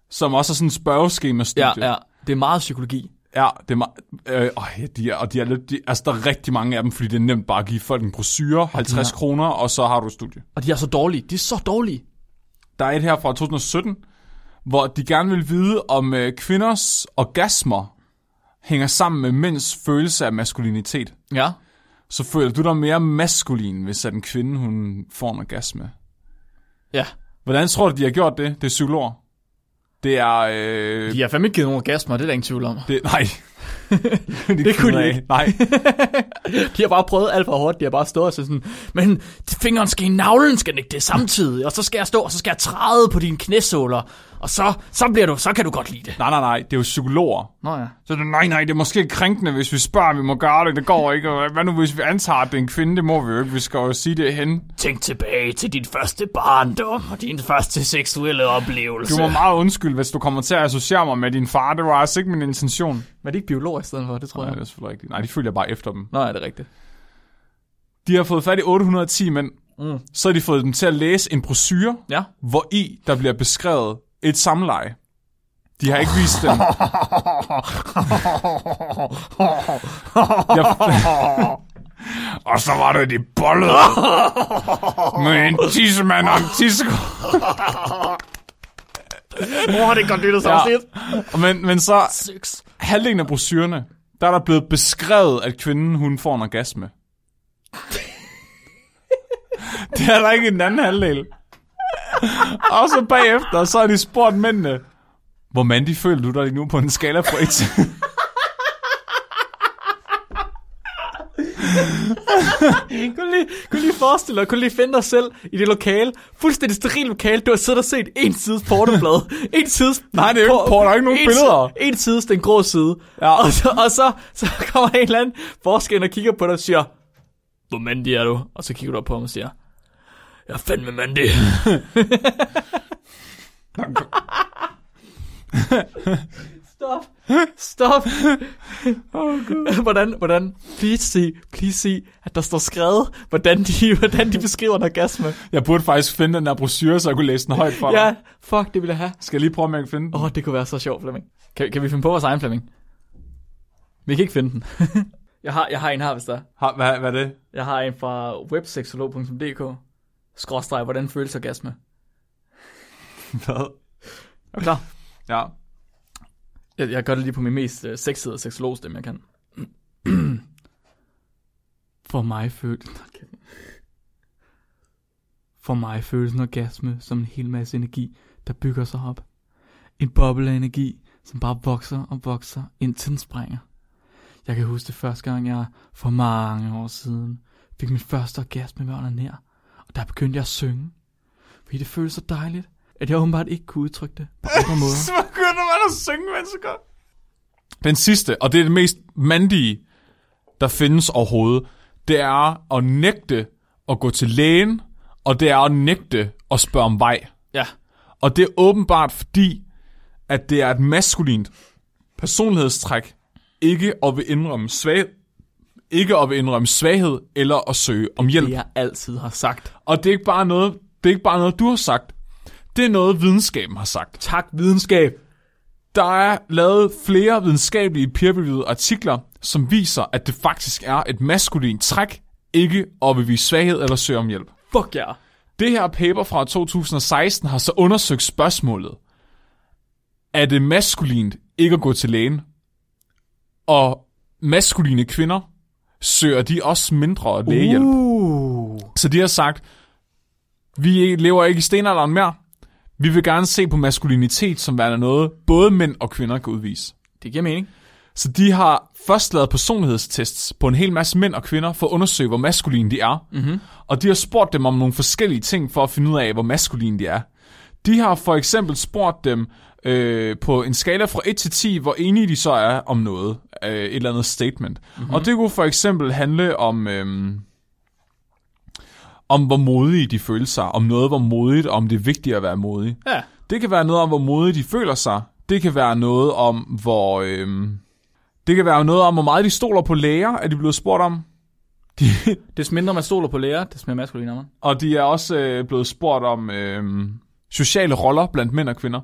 [SPEAKER 1] som også er sådan en spørgeskema-studie.
[SPEAKER 2] Ja, ja. Det er meget psykologi.
[SPEAKER 1] Ja, det er ma- øh, øh, de er, og de er lidt, de, altså der er rigtig mange af dem, fordi det er nemt bare at give folk en brochure, 50
[SPEAKER 2] har-
[SPEAKER 1] kroner, og så har du et studie.
[SPEAKER 2] Og de er så dårlige. De er så dårlige.
[SPEAKER 1] Der er et her fra 2017, hvor de gerne vil vide, om øh, kvinders orgasmer hænger sammen med mænds følelse af maskulinitet.
[SPEAKER 2] Ja.
[SPEAKER 1] Så føler du dig mere maskulin, hvis at en kvinde hun får en orgasme.
[SPEAKER 2] Ja.
[SPEAKER 1] Hvordan tror du, de har gjort det? Det er psykologer. Det er... Øh,
[SPEAKER 2] De har fandme ikke givet nogen orgasmer, det er der ingen tvivl om.
[SPEAKER 1] det, nej. de
[SPEAKER 2] Det kunne
[SPEAKER 1] keder
[SPEAKER 2] de
[SPEAKER 1] af.
[SPEAKER 2] ikke.
[SPEAKER 1] Nej.
[SPEAKER 2] De har bare prøvet alt for hårdt. De har bare stået og så sådan, men fingeren skal i navlen, skal den ikke det samtidig? Og så skal jeg stå, og så skal jeg træde på dine knæsåler. Og så, så, bliver du, så kan du godt lide det.
[SPEAKER 1] nej, nej, nej. Det er jo psykologer.
[SPEAKER 2] Nå ja.
[SPEAKER 1] Så er det, nej, nej, det er måske krænkende, hvis vi spørger, om vi må gøre det. Det går ikke. Og Hvad nu, hvis vi antager, at det er en kvinde? Det må vi jo ikke. Vi skal jo sige det hen.
[SPEAKER 2] Tænk tilbage til din første barndom og din første seksuelle oplevelse.
[SPEAKER 1] Du må meget undskylde, hvis du kommer til at associere mig med din far. Det var altså ikke min intention.
[SPEAKER 2] Men det er ikke biologer i stedet for, det tror
[SPEAKER 1] Nej, det er selvfølgelig rigtigt. Nej, de følger bare efter dem.
[SPEAKER 2] Nå, ja, det er rigtigt.
[SPEAKER 1] De har fået fat i 810 mænd, Mm. Så har de fået dem til at læse en brochure,
[SPEAKER 2] Ja.
[SPEAKER 1] hvor i der bliver beskrevet et samleje. De har ikke vist dem. Jeg... Og så var der de bollede med en tissemand og en tissegård.
[SPEAKER 2] Åh, oh, det er godt lyttet
[SPEAKER 1] Men, men så halvdelen af brochurerne, der er der blevet beskrevet, at kvinden hun får en orgasme. det er der ikke i den anden halvdel. Og så bagefter, så har de spurgt mændene, hvor mandig føler du dig nu på en skala fra 1 til...
[SPEAKER 2] Kun lige, kun lige forestille dig, kun lige finde dig selv i det lokale, fuldstændig steril lokale, du har siddet og set en sides porteblad, en sides...
[SPEAKER 1] Nej, det er jo ikke porno, der er ikke nogen
[SPEAKER 2] en,
[SPEAKER 1] billeder.
[SPEAKER 2] En sides den grå side,
[SPEAKER 1] Ja.
[SPEAKER 2] og, så, og så, så kommer en eller anden forsker ind og kigger på dig og siger, hvor mandig er du? Og så kigger du op på ham og siger, jeg er fandme mandig. Stop. Stop. Oh, God. Hvordan, hvordan, please sig, please sig, at der står skrevet, hvordan de, hvordan de beskriver en orgasme.
[SPEAKER 1] Jeg burde faktisk finde den der brochure, så jeg kunne læse den højt for dig.
[SPEAKER 2] Ja, fuck, det vil jeg have.
[SPEAKER 1] Skal jeg lige prøve, om jeg kan finde den?
[SPEAKER 2] Åh, oh, det kunne være så sjovt, Flemming. Kan, kan vi finde på vores egen Flemming? Vi kan ikke finde den. jeg, har, jeg har en her, hvis der er.
[SPEAKER 1] Har, hvad, hvad er det?
[SPEAKER 2] Jeg har en fra webseksolog.dk. Skråstreg, hvordan føles orgasme?
[SPEAKER 1] Hvad?
[SPEAKER 2] Er du klar?
[SPEAKER 1] Ja.
[SPEAKER 2] Jeg, jeg gør det lige på min mest øh, sexede seksologstemme, jeg kan. For mig føles... Nå, kæft. For mig føles en orgasme som en hel masse energi, der bygger sig op. En boble af energi, som bare vokser og vokser, indtil den springer. Jeg kan huske det første gang, jeg for mange år siden fik min første orgasme med nær, og der begyndte jeg at synge. Fordi det føltes så dejligt, at jeg åbenbart ikke kunne udtrykke det på andre måder.
[SPEAKER 1] Så begynder man at synge, mens det går. Den sidste, og det er det mest mandige, der findes overhovedet, det er at nægte at gå til lægen, og det er at nægte at spørge om vej.
[SPEAKER 2] Ja,
[SPEAKER 1] Og det er åbenbart fordi, at det er et maskulint personlighedstræk, ikke at vil indrømme svag, ikke at vil indrømme svaghed eller at søge om hjælp.
[SPEAKER 2] det jeg altid har sagt.
[SPEAKER 1] Og det er ikke bare noget, det er ikke bare noget du har sagt. Det er noget videnskaben har sagt.
[SPEAKER 2] Tak, videnskab.
[SPEAKER 1] Der er lavet flere videnskabelige peer-reviewed artikler, som viser, at det faktisk er et maskulint træk, ikke at bevise svaghed eller søge om hjælp.
[SPEAKER 2] Fuck ja. Yeah.
[SPEAKER 1] Det her paper fra 2016 har så undersøgt spørgsmålet. Er det maskulint ikke at gå til lægen? Og maskuline kvinder søger de også mindre lægehjælp.
[SPEAKER 2] Uh.
[SPEAKER 1] Så de har sagt, vi ikke- lever ikke i stenalderen mere. Vi vil gerne se på maskulinitet som værende noget, både mænd og kvinder kan udvise.
[SPEAKER 2] Det giver mening.
[SPEAKER 1] Så de har først lavet personlighedstests på en hel masse mænd og kvinder for at undersøge, hvor maskuline de er. Mm-hmm. Og de har spurgt dem om nogle forskellige ting for at finde ud af, hvor maskuline de er. De har for eksempel spurgt dem øh, på en skala fra 1 til 10, hvor enige de så er om noget. Øh, et eller andet statement. Mm-hmm. Og det kunne for eksempel handle om... Øh, om hvor modige de føler sig, om noget var modigt, og om det er vigtigt at være modig.
[SPEAKER 2] Ja.
[SPEAKER 1] Det kan være noget om, hvor modige de føler sig. Det kan være noget om, hvor... Øhm, det kan være noget om, hvor meget de stoler på læger, er de blevet spurgt om. De,
[SPEAKER 2] Des mindre man stoler på læger, des mere maskulin er man.
[SPEAKER 1] og de er også øh, blevet spurgt om øhm, sociale roller blandt mænd og kvinder.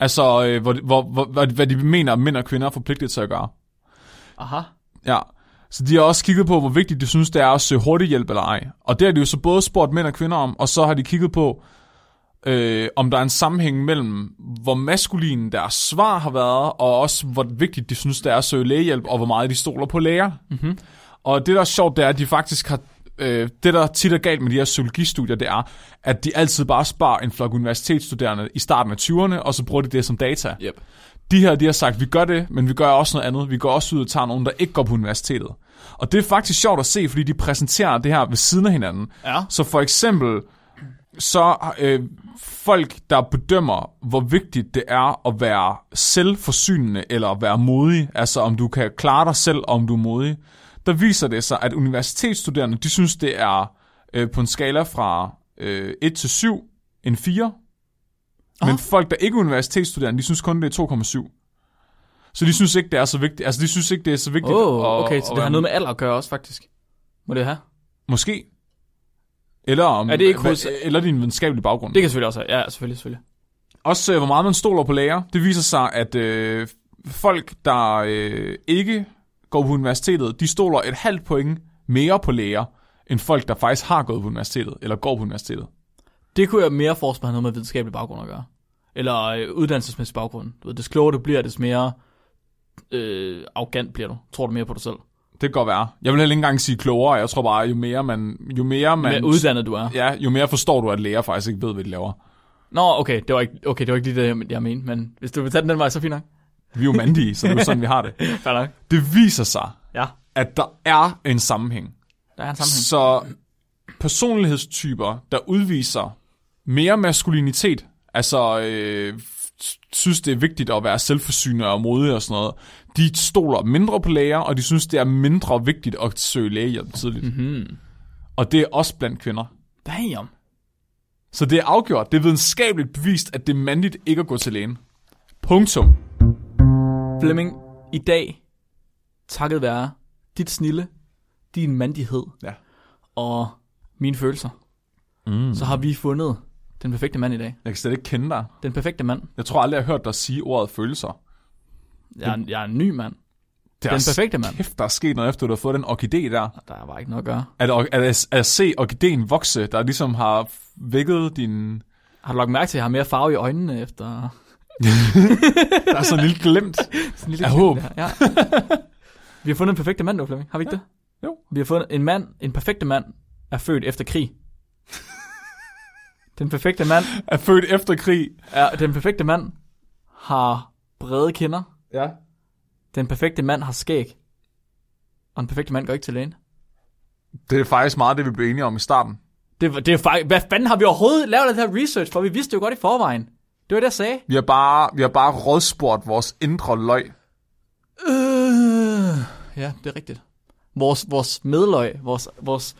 [SPEAKER 1] Altså, øh, hvor, hvor, hvor, hvad, hvad de mener, at mænd og kvinder er forpligtet til at gøre.
[SPEAKER 2] Aha.
[SPEAKER 1] Ja. Så de har også kigget på, hvor vigtigt de synes, det er at søge hurtig hjælp eller ej. Og det har de jo så både spurgt mænd og kvinder om, og så har de kigget på, øh, om der er en sammenhæng mellem, hvor maskulin deres svar har været, og også hvor vigtigt de synes, det er at søge lægehjælp, og hvor meget de stoler på læger.
[SPEAKER 2] Mhm.
[SPEAKER 1] Mm-hmm. Og det, der er sjovt, det er, at de faktisk har... Øh, det, der tit er galt med de her psykologistudier, det er, at de altid bare sparer en flok universitetsstuderende i starten af 20'erne, og så bruger de det som data.
[SPEAKER 2] Yep.
[SPEAKER 1] De her, de har sagt, vi gør det, men vi gør også noget andet. Vi går også ud og tager nogen, der ikke går på universitetet. Og det er faktisk sjovt at se, fordi de præsenterer det her ved siden af hinanden.
[SPEAKER 2] Ja.
[SPEAKER 1] Så for eksempel, så øh, folk, der bedømmer, hvor vigtigt det er at være selvforsynende eller at være modig, altså om du kan klare dig selv, og om du er modig, der viser det sig, at universitetsstuderende, de synes, det er øh, på en skala fra øh, 1 til 7, en 4. Men folk, der ikke er universitetsstuderende, de synes kun, det er 2,7. Så de synes ikke, det er så vigtigt. Altså, de synes ikke, det er så vigtigt.
[SPEAKER 2] Oh, okay,
[SPEAKER 1] at- at
[SPEAKER 2] så det
[SPEAKER 1] være-
[SPEAKER 2] har noget med alder at gøre også, faktisk. Må det have?
[SPEAKER 1] Måske. Eller, om,
[SPEAKER 2] Er det ikke hos-
[SPEAKER 1] eller din videnskabelige baggrund.
[SPEAKER 2] Det kan selvfølgelig også være. Ja, selvfølgelig, selvfølgelig.
[SPEAKER 1] Også øh, hvor meget man stoler på læger. Det viser sig, at øh, folk, der øh, ikke går på universitetet, de stoler et halvt point mere på læger, end folk, der faktisk har gået på universitetet, eller går på universitetet.
[SPEAKER 2] Det kunne jeg mere forestille mig have noget med videnskabelig baggrund at gøre. Eller øh, uddannelsesmæssig baggrund. Du ved, des klogere du bliver, des mere øh, arrogant bliver du. Tror du mere på dig selv.
[SPEAKER 1] Det kan godt være. Jeg vil heller ikke engang sige klogere. Jeg tror bare, jo mere man... Jo mere
[SPEAKER 2] Men,
[SPEAKER 1] man
[SPEAKER 2] mere uddannet du er.
[SPEAKER 1] ja, jo mere forstår du, at læger faktisk ikke ved, hvad de laver.
[SPEAKER 2] Nå, okay, det var ikke, okay, det var ikke lige det, jeg, jeg mente. Men hvis du vil tage den den vej, så fint nok.
[SPEAKER 1] Vi er jo mandige, så det er jo sådan, vi har det.
[SPEAKER 2] Fair nok.
[SPEAKER 1] Det viser sig,
[SPEAKER 2] Ja,
[SPEAKER 1] at der er en sammenhæng.
[SPEAKER 2] der er en sammenhæng.
[SPEAKER 1] Så personlighedstyper, der udviser mere maskulinitet, altså øh, synes, det er vigtigt at være selvforsynende og modig og sådan noget, de stoler mindre på læger, og de synes, det er mindre vigtigt at søge lægehjælp tidligt. Mm-hmm. Og det er også blandt kvinder.
[SPEAKER 2] Damn.
[SPEAKER 1] Så det er afgjort. Det er videnskabeligt bevist, at det er mandligt ikke at gå til lægen. Punktum. Mm.
[SPEAKER 2] Flemming, i dag, takket være dit snille, din mandighed
[SPEAKER 1] Ja.
[SPEAKER 2] og mine følelser, mm. så har vi fundet den perfekte mand i dag.
[SPEAKER 1] Jeg kan slet ikke kende dig.
[SPEAKER 2] Den perfekte mand.
[SPEAKER 1] Jeg tror aldrig, jeg har hørt dig sige ordet følelser.
[SPEAKER 2] Jeg er, en- jeg er en ny mand.
[SPEAKER 1] Det
[SPEAKER 2] Den
[SPEAKER 1] er
[SPEAKER 2] perfekte mand.
[SPEAKER 1] Kæft, der er sket noget efter, du har fået den orkidé der.
[SPEAKER 2] Der er bare ikke noget at gøre.
[SPEAKER 1] At, at, at, at se orkideen vokse, der ligesom har vækket din...
[SPEAKER 2] Har du lagt mærke til, at jeg har mere farve i øjnene efter
[SPEAKER 1] Der er sådan en lille glemt.
[SPEAKER 2] sådan en lille
[SPEAKER 1] Jeg
[SPEAKER 2] klip
[SPEAKER 1] håber.
[SPEAKER 2] der? Ja. vi har fundet den perfekte mand, du Flemming. Har vi ikke ja. det?
[SPEAKER 1] Jo.
[SPEAKER 2] Vi har fundet en mand, en perfekte mand, er født efter krig. den perfekte mand
[SPEAKER 1] Er født efter krig.
[SPEAKER 2] er, den perfekte mand har brede kinder.
[SPEAKER 1] Ja.
[SPEAKER 2] Den perfekte mand har skæg. Og den perfekte mand går ikke til lægen.
[SPEAKER 1] Det er faktisk meget det, vi blev enige om i starten.
[SPEAKER 2] Det, var- det er faktisk... Hvad fanden har vi overhovedet lavet af det her research? For vi vidste det jo godt i forvejen. Det var det, jeg sagde.
[SPEAKER 1] Vi har bare, vi har bare rådspurgt vores indre løg.
[SPEAKER 2] Øh, ja, det er rigtigt. Vores, vores medløg, vores, vores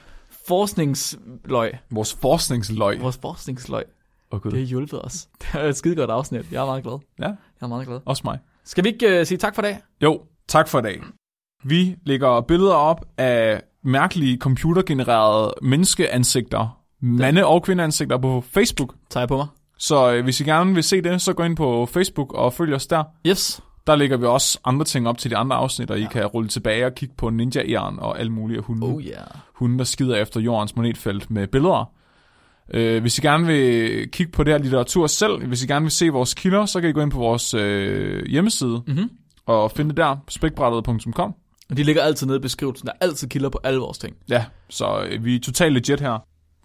[SPEAKER 2] forskningsløg,
[SPEAKER 1] Vores forskningsløg.
[SPEAKER 2] vores forskningsløg,
[SPEAKER 1] Oh,
[SPEAKER 2] det har hjulpet os. Det er et skide godt afsnit. Jeg er meget glad.
[SPEAKER 1] Ja,
[SPEAKER 2] Jeg er meget glad.
[SPEAKER 1] også mig.
[SPEAKER 2] Skal vi ikke uh, sige tak for i dag?
[SPEAKER 1] Jo, tak for i dag. Vi lægger billeder op af mærkelige computergenererede menneskeansigter, mande- og kvindeansigter på Facebook.
[SPEAKER 2] Tager jeg på mig.
[SPEAKER 1] Så øh, hvis I gerne vil se det, så gå ind på Facebook og følg os der.
[SPEAKER 2] Yes.
[SPEAKER 1] Der lægger vi også andre ting op til de andre afsnit, og I kan rulle tilbage og kigge på ninja æren og alle mulige hunde,
[SPEAKER 2] Oh yeah.
[SPEAKER 1] hunde, der skider efter jordens magnetfelt med billeder. Øh, hvis I gerne vil kigge på det her litteratur selv, hvis I gerne vil se vores kilder, så kan I gå ind på vores øh, hjemmeside
[SPEAKER 2] Mhm.
[SPEAKER 1] mm-hmm. og finde det der, spækbrættet.com.
[SPEAKER 2] Og de ligger altid nede i beskrivelsen. Der er altid kilder på alle vores ting.
[SPEAKER 1] Ja, så øh, vi er totalt legit her.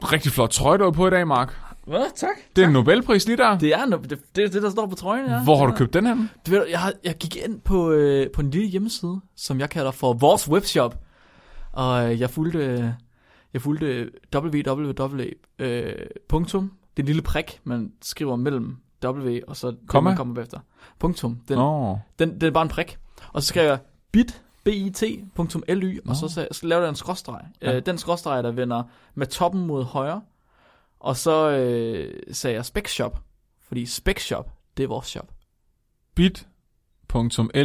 [SPEAKER 1] Rigtig flot trøje, du har på i dag, Mark.
[SPEAKER 2] Hvad? Tak.
[SPEAKER 1] Det er en Nobelpris lige der.
[SPEAKER 2] Det er no- det, det, er det, der står på trøjen, ja.
[SPEAKER 1] Hvor har du købt den her?
[SPEAKER 2] Du ved, jeg, har- jeg gik ind på, øh, på en lille hjemmeside, som jeg kalder for vores webshop. Og øh, jeg fulgte, øh, jeg fulgte øh, www. Øh, punktum, det lille prik, man skriver mellem w og så det,
[SPEAKER 1] Komma?
[SPEAKER 2] man kommer bagefter. Punktum. Den,
[SPEAKER 1] Nå,
[SPEAKER 2] den, den, er bare en prik. Og så skrev jeg bit, bit.ly, og så, så, så laver jeg en skråstreg.
[SPEAKER 1] Ja.
[SPEAKER 2] Ja. Øh, den skråstreg, der vender med toppen mod højre. Og så øh, sagde jeg specshop, fordi specshop, det er vores shop.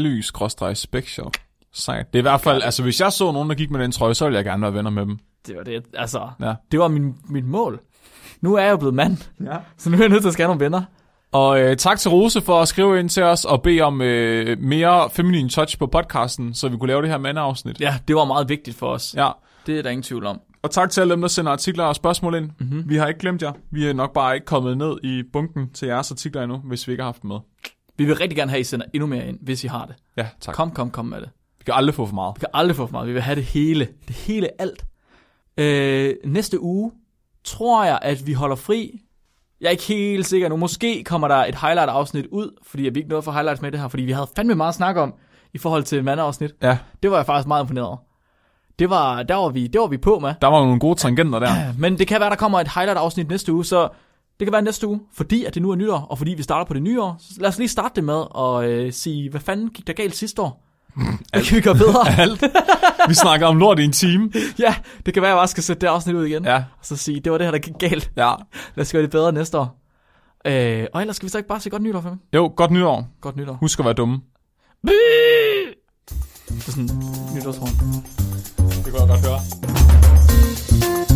[SPEAKER 1] bit.ly-specshop. Sejt. Det er i hvert fald, altså hvis jeg så nogen, der gik med den trøje, så ville jeg gerne være venner med dem.
[SPEAKER 2] Det var det, altså,
[SPEAKER 1] Ja.
[SPEAKER 2] ja. det var min, mit mål. Nu er jeg jo blevet mand,
[SPEAKER 1] Ja.
[SPEAKER 2] så nu er jeg nødt til at skære nogle venner.
[SPEAKER 1] Og øh, tak til Rose for at skrive ind til os og bede om øh, mere feminine touch på podcasten, så vi kunne lave det her mandeafsnit.
[SPEAKER 2] Ja, det var meget vigtigt for os. Ja.
[SPEAKER 1] ja.
[SPEAKER 2] Det er der ingen tvivl om.
[SPEAKER 1] Og tak til alle dem, der sender artikler og spørgsmål ind. Mm-hmm. Vi har ikke glemt jer. Vi er nok bare ikke kommet ned i bunken til jeres artikler endnu, hvis vi ikke har haft dem med.
[SPEAKER 2] Vi vil rigtig gerne have, at I sender endnu mere ind, hvis I har det.
[SPEAKER 1] Ja, tak. Kom.
[SPEAKER 2] Kom, kom, kom med det.
[SPEAKER 1] Vi kan aldrig få for meget.
[SPEAKER 2] Vi kan aldrig få for meget. Vi vil have det hele. Det hele alt. Øh, næste uge tror jeg, at vi holder fri. Jeg er ikke helt sikker nu. Måske kommer der et highlight-afsnit ud, fordi vi ikke nåede for highlights med det her, fordi vi havde fandme meget at snakke om i forhold til mandeafsnit.
[SPEAKER 1] Ja,
[SPEAKER 2] Det var jeg faktisk meget imponeret over. Det var, der var vi, det var vi på med.
[SPEAKER 1] der var jo nogle gode tangenter der.
[SPEAKER 2] Men det kan være, der kommer et highlight-afsnit næste uge, så det kan være næste uge, fordi at det nu er nytår, og fordi vi starter på det nye år. Så lad os lige starte det med at øh, sige, hvad fanden gik der galt sidste år? Hvad kan vi gøre bedre?
[SPEAKER 1] Alt. Vi snakker om lort i en time.
[SPEAKER 2] ja, det kan være, at jeg bare skal sætte det afsnit ud igen.
[SPEAKER 1] Ja,
[SPEAKER 2] Og så sige, det var det her, der gik galt.
[SPEAKER 1] ja.
[SPEAKER 2] Lad os gøre det bedre næste år. Øh, og ellers skal vi så ikke bare sige godt nytår, Flemming?
[SPEAKER 1] Jo, godt nytår.
[SPEAKER 2] Godt nytår.
[SPEAKER 1] Husk at være dumme.
[SPEAKER 2] Det er sådan nytårshorn.
[SPEAKER 1] Det kunne jeg godt høre.